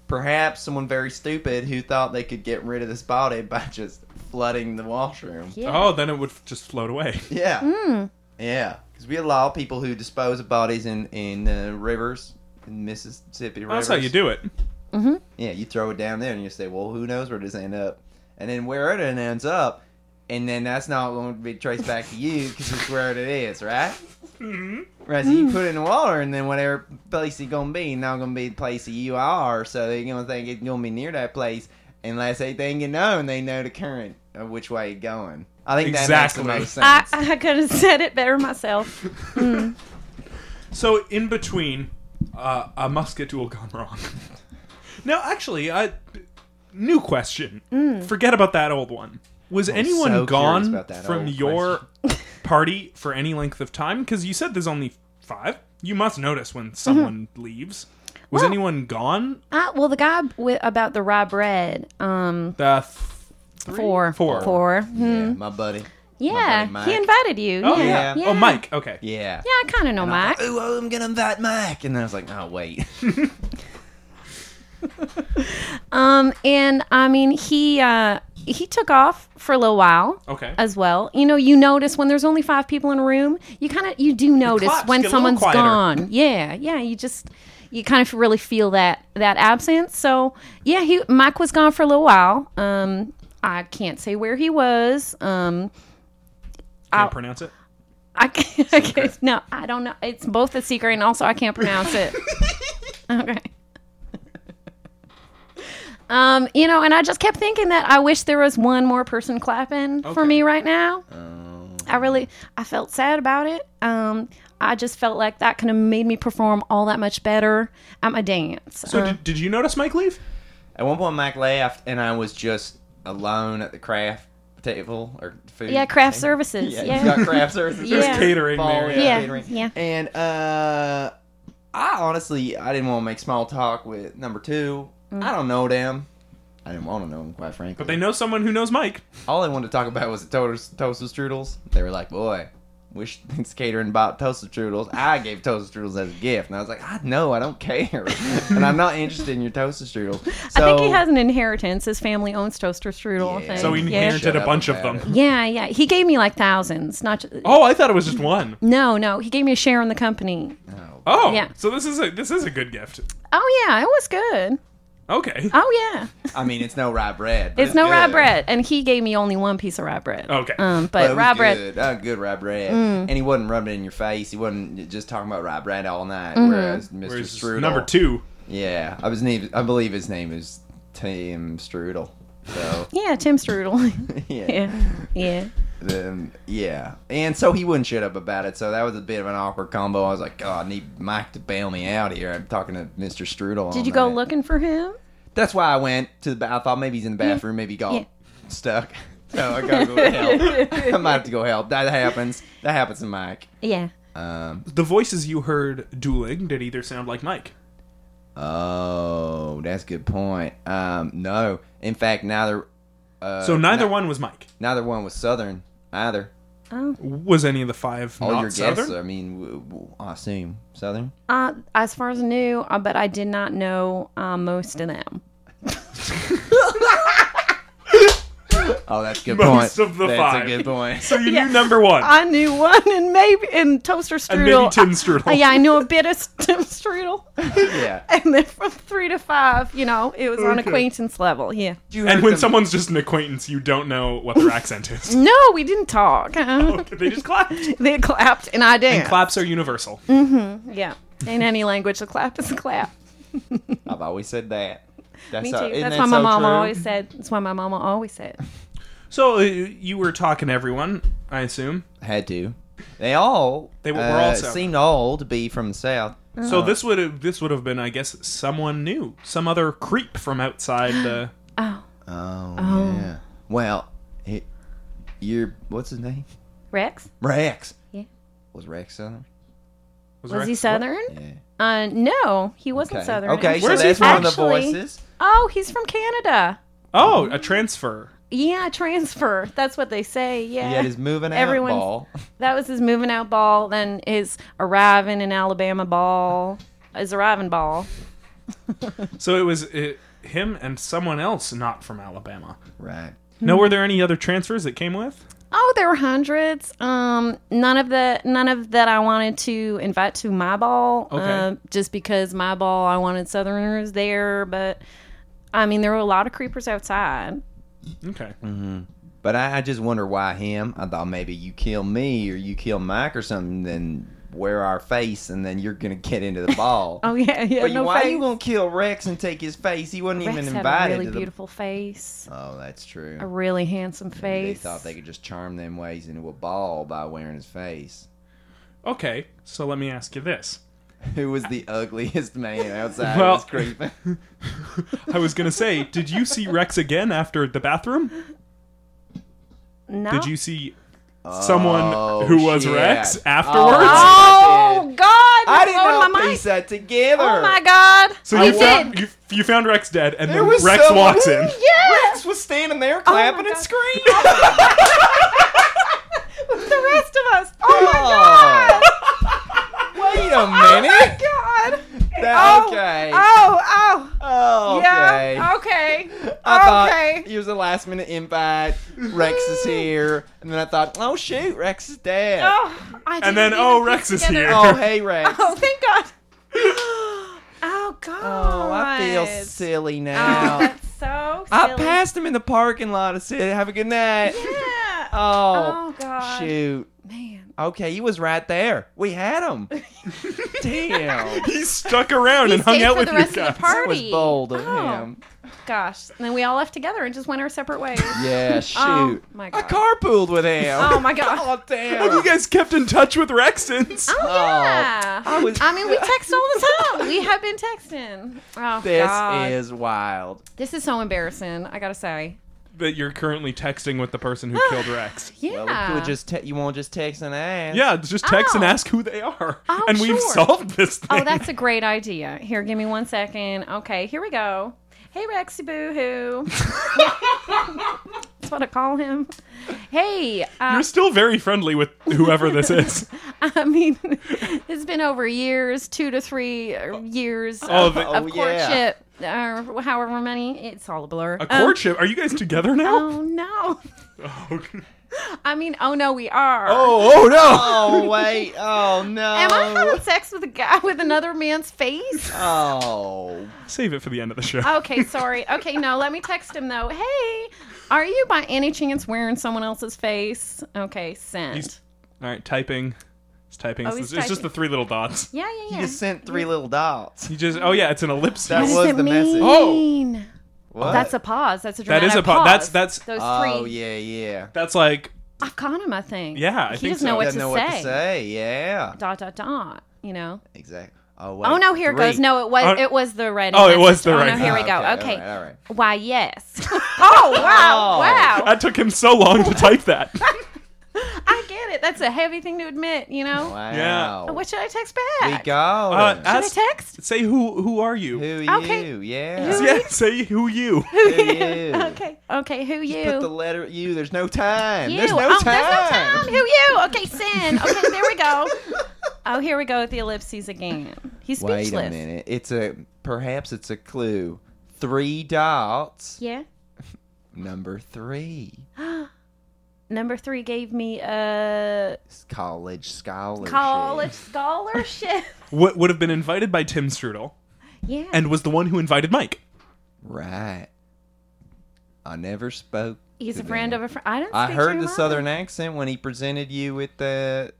S2: perhaps someone very stupid who thought they could get rid of this body by just flooding the washroom
S3: Yeah. Mm-hmm. Hmm.
S1: Oh, then it would f- just float away.
S2: Yeah. Yeah. Because we allow people who dispose of bodies in in uh, rivers, in Mississippi rivers.
S1: That's how you do it.
S2: Yeah, you throw it down there and you say, well, who knows where this end up, and then where it ends up, and then that's not going to be traced back to you because it's where it is, right? Right, so you put it in the water, and then whatever place it's gonna be, not gonna be the place that you are. So they're gonna think it's gonna be near that place, unless they think you know, and they know the current of which way it's going. I think that
S1: Exactly.
S2: makes the most
S3: I,
S2: sense.
S3: I could have said it better myself.
S1: So in between, uh, a musket duel gone wrong. now, actually, I new question.
S3: Mm.
S1: Forget about that old one. Was anyone
S2: so curious
S1: gone
S2: about that
S1: from
S2: old
S1: your party for any length of time? Because you said there's only five. You must notice when someone leaves. Was
S3: Mm-hmm. Well-
S1: anyone gone?
S3: I, well, the guy with, about the rye bread, um,
S1: The th-
S3: Four.
S1: Four.
S3: Four. Hmm.
S2: Yeah, my buddy.
S3: Yeah.
S2: My buddy
S3: he
S2: Mike.
S3: invited you.
S1: Oh
S3: yeah.
S1: yeah. Oh Mike. Okay.
S2: Yeah.
S3: Yeah, I kind of know
S2: I'm
S3: Mike.
S2: like, Ooh, I'm gonna invite Mike, and then I was like, oh wait.
S3: Um, and I mean, he uh, he took off for a little while.
S1: Okay.
S3: As well, you know, you notice when there's only five people in a room, you kind of you do notice
S1: clocks
S3: when
S1: get a little
S3: someone's
S1: quieter.
S3: gone. Yeah, yeah, you just you kind of really feel that that absence. So yeah, he Mike was gone for a little while. Um, I can't say where he was. Um,
S1: Can't pronounce it.
S3: I can't, I can't- no, I don't know. It's both a secret and also I can't pronounce it. okay. Um, you know, and I just kept thinking that I wish there was one more person clapping for
S1: Okay.
S3: me right now.
S2: Um,
S3: I really, I felt sad about it. Um, I just felt like that kind of made me perform all that much better at my dance.
S1: So
S3: Uh,
S1: did, did you notice Mike leave?
S2: At one point, Mike left, and I was just alone at the craft table or food.
S3: yeah, craft
S2: table.
S3: services.
S2: Yeah,
S3: Yeah,
S2: you got craft services.
S3: There's Yeah.
S1: catering
S2: Ball,
S1: there,
S3: yeah.
S2: catering.
S3: Yeah.
S2: And uh, I honestly, I didn't want to make small talk with number two.
S3: Mm.
S2: I don't know them. I didn't want to know them, quite frankly.
S1: But they know someone who knows Mike.
S2: All I wanted to talk about was the toasters, toaster strudels. They were like, boy, wish this catering bought toaster strudels. I gave toaster strudels as a gift. And I was like, I know, I don't care. and I'm not interested in your toaster strudels.
S3: I
S2: So,
S3: think he has an inheritance. His family owns Toaster Strudel. I
S2: Yeah.
S3: think.
S1: So he
S3: yeah.
S1: inherited
S2: Shut
S1: a
S2: up
S1: bunch of
S2: about
S1: them.
S3: Yeah, yeah. He gave me like thousands, not just,
S1: Oh, I thought it was just one.
S3: no, no. He gave me a share in the company.
S2: Oh,
S1: Oh,
S3: Yeah.
S1: So this is a this is a good gift.
S3: Oh yeah, it was good.
S1: Okay.
S3: Oh yeah, it's,
S2: I mean, it's no rye bread. but
S3: no rye
S2: good.
S3: bread, and he gave me only one piece of rye bread.
S1: Okay.
S3: um,
S2: But
S3: but
S2: it
S3: rye
S2: was
S3: bread. Mm.
S2: good. Oh, good rye bread. And he wasn't rubbing it in your face. He wasn't just talking about rye bread all night.
S3: Mm-hmm.
S2: Whereas Mr.
S1: Whereas
S2: Strudel.
S1: number two.
S2: Yeah. I, was named, I believe his name is Tim Strudel. So,
S3: Yeah, Tim Strudel. yeah, yeah.
S2: Then yeah, and so he wouldn't shut up about it. So that was a bit of an awkward combo. I was like, God, I need Mike to bail me out here. I'm talking to Mr. Strudel. all
S3: Did you go
S2: night."
S3: looking for him?
S2: That's why I went to the. ba- I thought maybe he's in the bathroom. Maybe he got
S3: Yeah.
S2: stuck. So I gotta go help. I might have to go help. That happens. That happens to Mike.
S3: Yeah.
S2: Um.
S1: The voices you heard dueling did either sound like Mike.
S2: Oh, that's a good point. Um. No. In fact, neither. Uh,
S1: So neither
S2: ni-
S1: one was Mike.
S2: Neither one was Southern either.
S3: Oh,
S1: Was any of the five
S2: All
S1: not
S2: your
S1: Southern?
S2: guesses. I mean, w- w- I assume Southern.
S3: uh, as far as I knew, uh, but I did not know uh, most of them.
S2: Oh, that's a good
S1: Most
S2: point.
S1: of the
S2: that's
S1: five.
S2: a good point.
S1: So you
S3: Yeah.
S1: knew number one.
S3: I knew one, and maybe and toaster strudel.
S1: and maybe Tim Strudel.
S3: Uh, yeah, I knew a bit of Tim Strudel,
S2: yeah.
S3: and then from three to five, you know, it was on
S1: Okay.
S3: acquaintance level. Yeah.
S1: And when someone's just an acquaintance, you don't know what their accent is.
S3: No, we didn't talk. Uh,
S1: Okay, they just clapped.
S3: They clapped and I danced.
S1: Claps are universal.
S3: yeah. In any language, a clap is a clap.
S2: I've always said that. That's
S3: Me
S2: so-
S3: too.
S2: isn't
S3: That's
S2: that
S3: why my
S2: so
S3: mama
S2: true?
S3: always said. That's why my mama always said.
S1: So uh, you were talking to everyone, I assume.
S2: had to. They all
S1: They were- were
S2: uh,
S1: all Southern.
S2: seemed all to be from the south.
S3: Oh.
S1: So this would have this would have been, I guess, someone new, some other creep from outside the.
S3: Oh,
S2: Oh, yeah. Well, it, you're what's his name?
S3: Rex
S2: Rex.
S3: Yeah.
S2: Was Rex Southern?
S3: was he
S1: Rex-
S3: Southern?
S2: Yeah.
S3: Uh, no, he wasn't
S2: Okay.
S3: Southern.
S2: Okay, so
S1: Where's he
S2: that's one of the
S3: actually-
S2: voices.
S3: Oh, he's from Canada.
S1: Oh, a transfer.
S3: Yeah, transfer. That's what they say. Yeah.
S2: He had his moving out
S3: Everyone's-
S2: ball.
S3: that was his moving out ball. Then his arriving in Alabama ball. His arriving ball.
S1: So it was uh him and someone else not from Alabama.
S2: Right.
S1: Now, were there any other transfers that came with?
S3: Oh, there were hundreds. Um, none of the none of that I wanted to invite to my ball.
S1: Okay.
S3: uh, just because my ball, I wanted Southerners there, but I mean, there were a lot of creepers outside.
S1: Okay.
S2: But I, I just wonder why him. I thought maybe you kill me or you kill Mike or something, then wear our face, and then you're gonna get into the ball.
S3: Oh yeah, yeah.
S2: But
S3: no
S2: why
S3: face.
S2: you gonna kill Rex and take his face? He wasn't
S3: Rex
S2: even
S3: had
S2: invited
S3: a really
S2: to the.
S3: beautiful face,
S2: Oh, that's true.
S3: a really handsome
S2: They
S3: face.
S2: thought they could just charm them ways into a ball by wearing his face.
S1: Okay. So let me ask you this.
S2: Who was the ugliest man outside?
S1: Well-
S2: was creeping.
S1: I was gonna say, did you see Rex again after the bathroom?
S3: no.
S1: Did you see someone
S2: Oh,
S1: who was
S2: shit.
S1: Rex
S2: Oh,
S1: afterwards?
S2: I
S3: Oh
S2: did.
S3: God!
S2: I
S3: you
S2: didn't
S3: blowed
S2: know
S3: my
S2: piece
S3: mind.
S2: that together.
S3: Oh my God!
S1: So
S3: I
S1: you
S3: did.
S1: found you, you found Rex dead, and
S2: There
S1: then
S2: was
S1: Rex
S2: someone-
S1: walks in.
S3: yeah.
S2: Rex was standing down there clapping
S3: Oh my
S2: and
S3: God. Oh
S2: screaming.
S3: the rest of us. Oh my
S2: Oh.
S3: god!
S2: Wait a
S3: Oh my
S2: minute.
S3: god!
S2: That-
S3: Oh,
S2: okay.
S3: Oh, oh.
S2: Oh, okay.
S3: Yeah. Okay.
S2: I thought
S3: okay.
S2: it was a last minute invite. Rex is here, and then I thought, oh shoot, Rex is dead. Oh,
S3: Oh, I didn't
S1: And then,
S3: even
S1: oh,
S3: put
S1: Rex is
S3: together-
S1: here.
S2: hey Rex.
S3: Oh, thank God. oh God.
S2: Oh, I feel silly
S3: Oh,
S2: now.
S3: that's so
S2: I
S3: silly.
S2: passed him in the parking lot. I said, have a good night.
S3: Yeah.
S2: Oh,
S3: Oh, God.
S2: shoot.
S3: Man.
S2: Okay, he was right there. We had him. Damn.
S1: He stuck around
S3: He
S1: and hung
S3: stayed
S1: out
S3: for
S1: with
S3: the
S1: you
S3: rest of the
S1: guys.
S3: party.
S2: That was bold of
S3: Oh.
S2: him.
S3: Gosh. And then we all left together and just went our separate ways.
S2: Yeah, shoot.
S3: Oh, my
S2: I
S3: God.
S2: carpooled with him.
S3: Oh, my God.
S2: Oh, damn.
S1: Have you guys kept in touch with Rex since?
S3: Oh, yeah.
S2: I
S3: I,
S2: was-
S3: mean, we text all the time. We have been texting. Oh,
S2: this
S3: God.
S2: is wild.
S3: This is so embarrassing, I gotta say.
S1: That you're currently texting with the person who killed Rex.
S3: Yeah.
S2: Well, we could just te- you want to just text an ass.
S1: Yeah, just text and
S3: Oh.
S1: ask who they are.
S3: Oh,
S1: and we've
S3: sure.
S1: solved this thing.
S3: Oh, that's a great idea. Here, give me one second. Okay, here we go. Hey, Rexy Boo Hoo. That's what I call him. Hey, uh,
S1: You're still very friendly with whoever this is.
S3: I mean, it's been over years, two to three uh, years of,
S1: the-
S3: of
S2: Oh, yeah.
S3: courtship, or however many. It's all a blur.
S1: A
S3: Um,
S1: courtship? are you guys together now?
S3: oh, no.
S1: Oh,
S3: I mean, oh, no, we are.
S1: oh, no.
S2: Oh wait. Oh no.
S3: Am I having sex with a guy with another man's face?
S2: Oh.
S1: Save it for the end of the show.
S3: Okay, sorry. Okay, no, let me text him though. Hey, are you by any chance wearing someone else's face? Okay, sent.
S1: He's- All right, typing. It's typing.
S3: Oh,
S1: it's,
S3: he's
S1: it's just
S3: typing.
S1: the three little dots.
S3: yeah, yeah, yeah.
S2: You just sent three little dots.
S1: You just Oh yeah, it's an ellipsis.
S2: That
S3: what
S2: was
S3: does it
S2: the message.
S3: mean?
S2: What?
S3: That's a pause. That's a
S1: Oh. That
S3: dramatic
S1: is a pa-
S3: pause.
S1: that's- that's-
S3: those
S2: Oh
S3: three.
S2: yeah, yeah.
S1: That's like
S3: I've caught him. I think.
S1: Yeah, I
S3: he
S1: think
S3: doesn't know
S1: so.
S3: what
S2: Doesn't
S3: to
S2: know
S3: say.
S2: what to say. Yeah.
S3: Dot dot dot. You know.
S2: Exactly. Oh wait.
S3: oh no, here
S2: three.
S3: it goes. No, it was
S1: Oh.
S3: it was the red.
S1: Oh, it was the
S3: oh,
S1: right
S3: No, here we
S2: Oh,
S3: go.
S2: okay, all
S3: Okay.
S2: right, all right.
S3: Why yes? oh wow,
S2: Oh.
S3: wow.
S1: that took him so long to type that.
S3: I get it. That's a heavy thing to admit. You know.
S2: Wow.
S3: What should I text
S2: We
S3: back?
S2: go.
S1: Uh,
S3: Should
S1: ask-
S3: I text?
S1: Say who who are you?
S2: Who
S3: Okay.
S2: you? Yeah.
S3: Who-
S1: Yeah, say who you.
S2: Who you?
S3: Okay. Okay. Who you?
S2: Put the letter U. There's no time.
S3: you.
S2: There's no
S3: oh,
S2: time.
S3: There's no time. Who you? Okay, sin. Okay, there we go. Oh, here we go with the ellipses again. He's
S2: Wait
S3: speechless.
S2: a minute. It's a perhaps it's a clue. Three dots.
S3: Yeah.
S2: Number three.
S3: Number three gave me a
S2: It's college scholarship.
S3: college scholarship.
S1: What would have been invited by Tim Strudel
S3: yeah.
S1: and was the one who invited Mike.
S2: Right. I never spoke.
S3: He's
S2: to
S3: a friend
S2: them.
S3: of a friend. I didn't.
S2: I
S3: speak
S2: heard
S3: your
S2: the
S3: mind.
S2: southern accent when he presented you with the.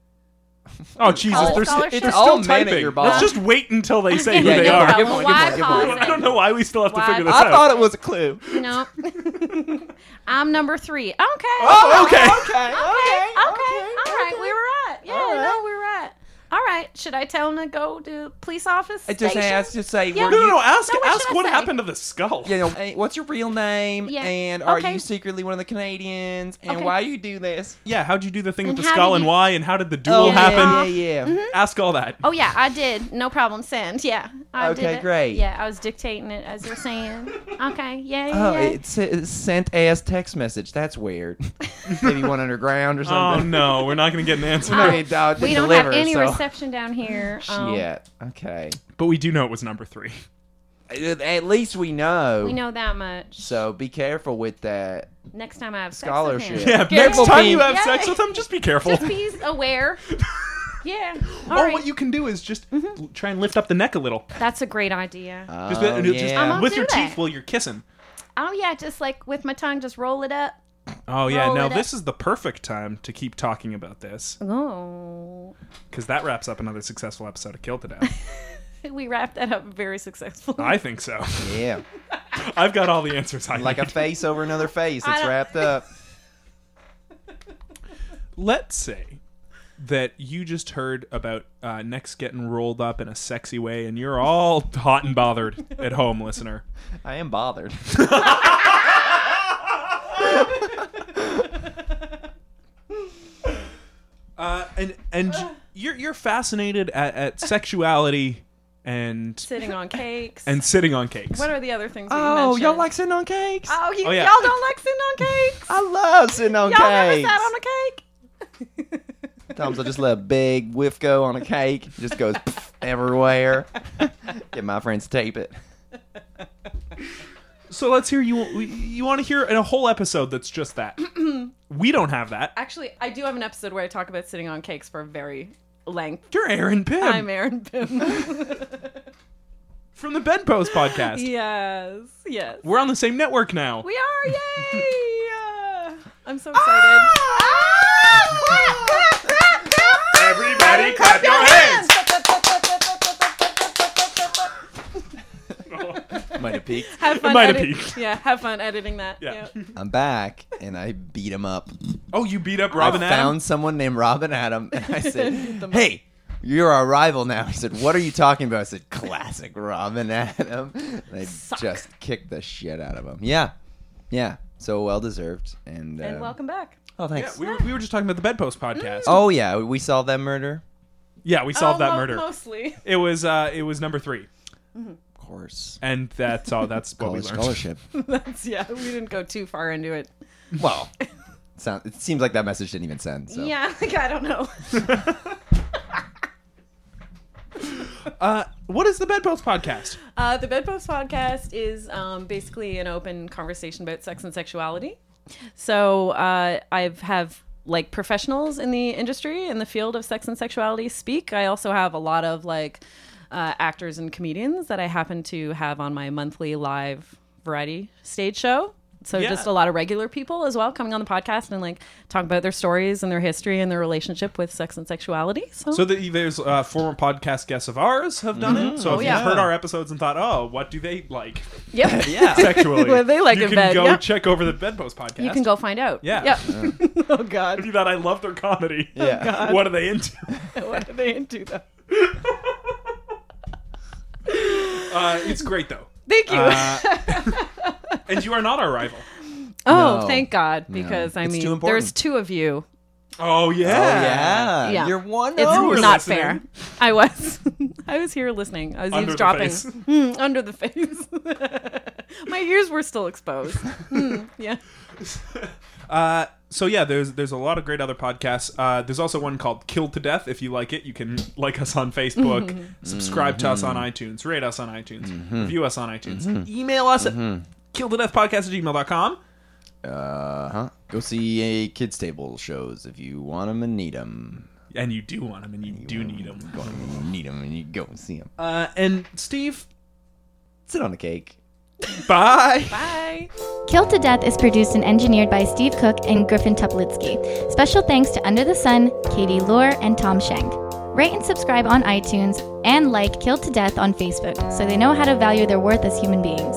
S1: Oh Jesus,
S3: College
S1: they're, s-
S3: scholarship?
S1: they're
S3: It's
S1: still
S2: all men at
S1: typing.
S2: your
S1: Let's
S2: bar.
S1: just wait until they say
S3: Yeah,
S1: who
S3: yeah,
S1: they
S3: give
S1: are.
S3: one,
S2: give one, give
S3: Why
S2: one, give one.
S3: pause
S1: I don't know why we still have to
S3: Why-
S1: figure this
S2: I
S1: out.
S2: thought it was a clue.
S3: You know. I'm number three. Okay.
S1: Oh, okay.
S2: okay,
S3: Okay.
S2: okay,
S3: Okay. All right. We were right. Yeah.
S2: All right.
S3: No, we were right. All right. Should I tell him to go to police office?
S2: I just
S3: station?
S2: asked, just say,
S3: Yeah.
S2: were
S1: No, no,
S2: you-
S1: no. Ask,
S3: No, what
S1: ask
S3: should I
S1: what
S3: say?
S1: happened to the skull.
S2: You know, hey, what's your real name?
S3: Yeah.
S2: And are
S3: Okay.
S2: you secretly one of the Canadians? And
S3: Okay.
S2: why you do this?
S1: Yeah, how'd you Oh, do the thing
S3: And
S1: with the
S3: how
S1: skull
S3: did
S1: and
S3: you-
S1: why, and how did the duel
S2: yeah,
S1: happen?
S2: Yeah, yeah.
S1: Ask all that.
S3: Oh yeah, I did. No problem. Send. Yeah. I
S2: Okay,
S3: did it.
S2: great.
S3: Yeah, I was dictating it as you're saying. Okay. Yeah. Yeah.
S2: Oh,
S3: yeah.
S2: it's it sent as text message. That's weird. Maybe one underground or
S1: Oh
S2: something.
S1: no, we're not going to get an answer.
S2: No, it, uh,
S3: Um, we
S2: didn't
S3: don't
S2: deliver,
S3: have any
S2: so.
S3: reception down here. Um,
S2: Shit. Okay.
S1: But we do know it was number three.
S2: At at least we know.
S3: We know that much.
S2: So be careful with that.
S3: Next time I have Sex
S2: Scholarship.
S3: with him.
S1: Yeah,
S2: Careful
S1: next time you
S2: being-
S1: have sex
S3: Yay.
S1: with them, just be careful.
S3: Just be aware. yeah.
S2: Oh,
S3: All
S1: or
S3: right.
S1: what you can do is just l- try and lift up the neck a little.
S3: That's a great idea.
S1: Just,
S2: Oh,
S1: just
S2: yeah.
S3: I'm
S1: with
S3: do
S1: your
S3: that.
S1: teeth while you're kissing.
S3: oh yeah, just like with my tongue, just roll it up.
S1: Oh yeah,
S3: Roll
S1: now
S3: it up.
S1: this is the perfect time to keep talking about this
S3: Oh.
S1: because that wraps up another successful episode of Kill to Death.
S3: We wrapped that up very successfully.
S1: I think so.
S2: yeah.
S1: I've got all the answers I
S2: Like a
S1: need.
S2: face over another face.
S3: I
S2: It's
S3: don't-
S2: wrapped up.
S1: Let's say that you just heard about uh, Nex getting rolled up in a sexy way, and you're all hot and bothered at home, listener.
S2: I am bothered.
S1: Uh, and and you're you're fascinated at, at sexuality and
S3: Sitting on cakes.
S1: and sitting on cakes.
S3: what are the other things? that you
S2: Oh, y'all
S3: mentioned?
S2: like sitting on cakes?
S3: Oh, you,
S1: Oh, yeah. Oh,
S3: y'all don't like sitting on cakes.
S2: I love sitting on
S3: Y'all never
S2: cakes.
S3: sat on a cake.
S2: Sometimes I just let a big whiff go on a cake. It just goes pff, everywhere. Get my friends to tape it.
S1: So let's hear you. You want to hear a whole episode that's just that. we don't have that.
S3: Actually, I do have an episode where I talk about sitting on cakes for a very length.
S1: You're Aaron Pym
S3: I'm Aaron Pym.
S1: from the Bedpost podcast.
S3: yes, yes.
S1: We're on the same network now.
S3: We are, yay! Uh, I'm so
S1: Ah!
S3: excited.
S1: Everybody, clap your hands. Oh,
S2: Might have peaked.
S3: Have fun.
S1: might have
S3: edit-
S1: peaked.
S3: Yeah, have fun editing that.
S1: Yeah.
S3: Yeah.
S2: I'm back and I beat him up.
S1: Oh, you beat up Robin
S2: I
S1: Adams?
S2: found someone named Robin Adam and I said,
S3: The-
S2: Hey, you're our rival now. He said, What are you talking about? I said, Classic Robin Adam. And I
S3: Suck.
S2: just kicked the shit out of him. Yeah. Yeah. So well deserved. And,
S3: And
S2: um,
S3: welcome back.
S2: Oh,
S1: Yeah,
S2: thanks.
S1: we were, we were just talking about the Bedpost podcast.
S2: oh, yeah. We saw that murder.
S1: Yeah, we solved
S3: Mm. Oh,
S1: that
S3: mo-
S1: murder.
S3: Mostly.
S1: It was uh, it was number three,
S2: Of course.
S1: and that's all. That's what we
S2: College
S1: learned.
S2: scholarship.
S3: That's yeah. We didn't go too far into it.
S2: well, sound, it seems like that message didn't even send. So.
S3: Yeah. Like I don't know.
S1: Uh, what is the Bedpost podcast?
S3: Uh, the Bedpost podcast is um, basically an open conversation about sex and sexuality. So uh, I've have like professionals in the industry in the field of sex and sexuality speak. I also have a lot of like uh, actors and comedians that I happen to have on my monthly live variety stage show. So
S1: Yeah.
S3: just a lot of regular people as well coming on the podcast and like talk about their stories and their history and their relationship with sex and sexuality. So,
S1: So the, there's uh, former podcast guests of ours have done it. So if
S3: Mm-hmm. Oh, yeah.
S1: you've heard our episodes and thought, oh, what do they like
S3: yep.
S2: Yeah.
S1: sexually?
S3: What they like
S1: you
S3: in
S1: can
S3: bed,
S1: go
S3: yeah.
S1: check over the Bedpost podcast.
S3: You can go find out.
S1: Yeah.
S3: Yep. oh God.
S1: If you thought I love their comedy,
S2: yeah.
S1: what are they into?
S3: what are they into though?
S1: Uh, it's great though,
S3: Thank you.
S1: Uh, and you are not our rival.
S3: oh,
S2: No.
S3: thank God, because I
S2: It's too
S3: mean,
S2: important.
S3: there's two of you.
S1: Oh yeah,
S2: Oh, yeah.
S3: Yeah.
S2: You're one
S3: It's
S2: over.
S1: were
S3: not
S1: listening.
S3: fair. I was, I was here listening. I was
S1: Under the
S3: eavesdropping
S1: face.
S3: Mm, under the face. My ears were still exposed. Mm, yeah,
S1: Uh, so yeah, there's there's a lot of great other podcasts. Uh, there's also one called Killed to Death. If you like it, you can like us on Facebook, subscribe to us on iTunes, rate us on iTunes, review us on iTunes, email us at kill to death podcast at gmail.com.
S2: Uh huh. Go see a kids table shows if you want them and need them.
S1: And you do want them, and you do need them.
S2: Go and you need them and you go and see them.
S1: Uh, and Steve,
S2: Sit on a cake.
S1: bye.
S3: bye.
S4: Killed to Death is produced and engineered by Steve Cook and Griffin Tuplitsky. Special thanks to Under the Sun, Katie Lohr, and Tom Schenk. Rate and subscribe on iTunes and like Killed to Death on Facebook so they know how to value their worth as human beings.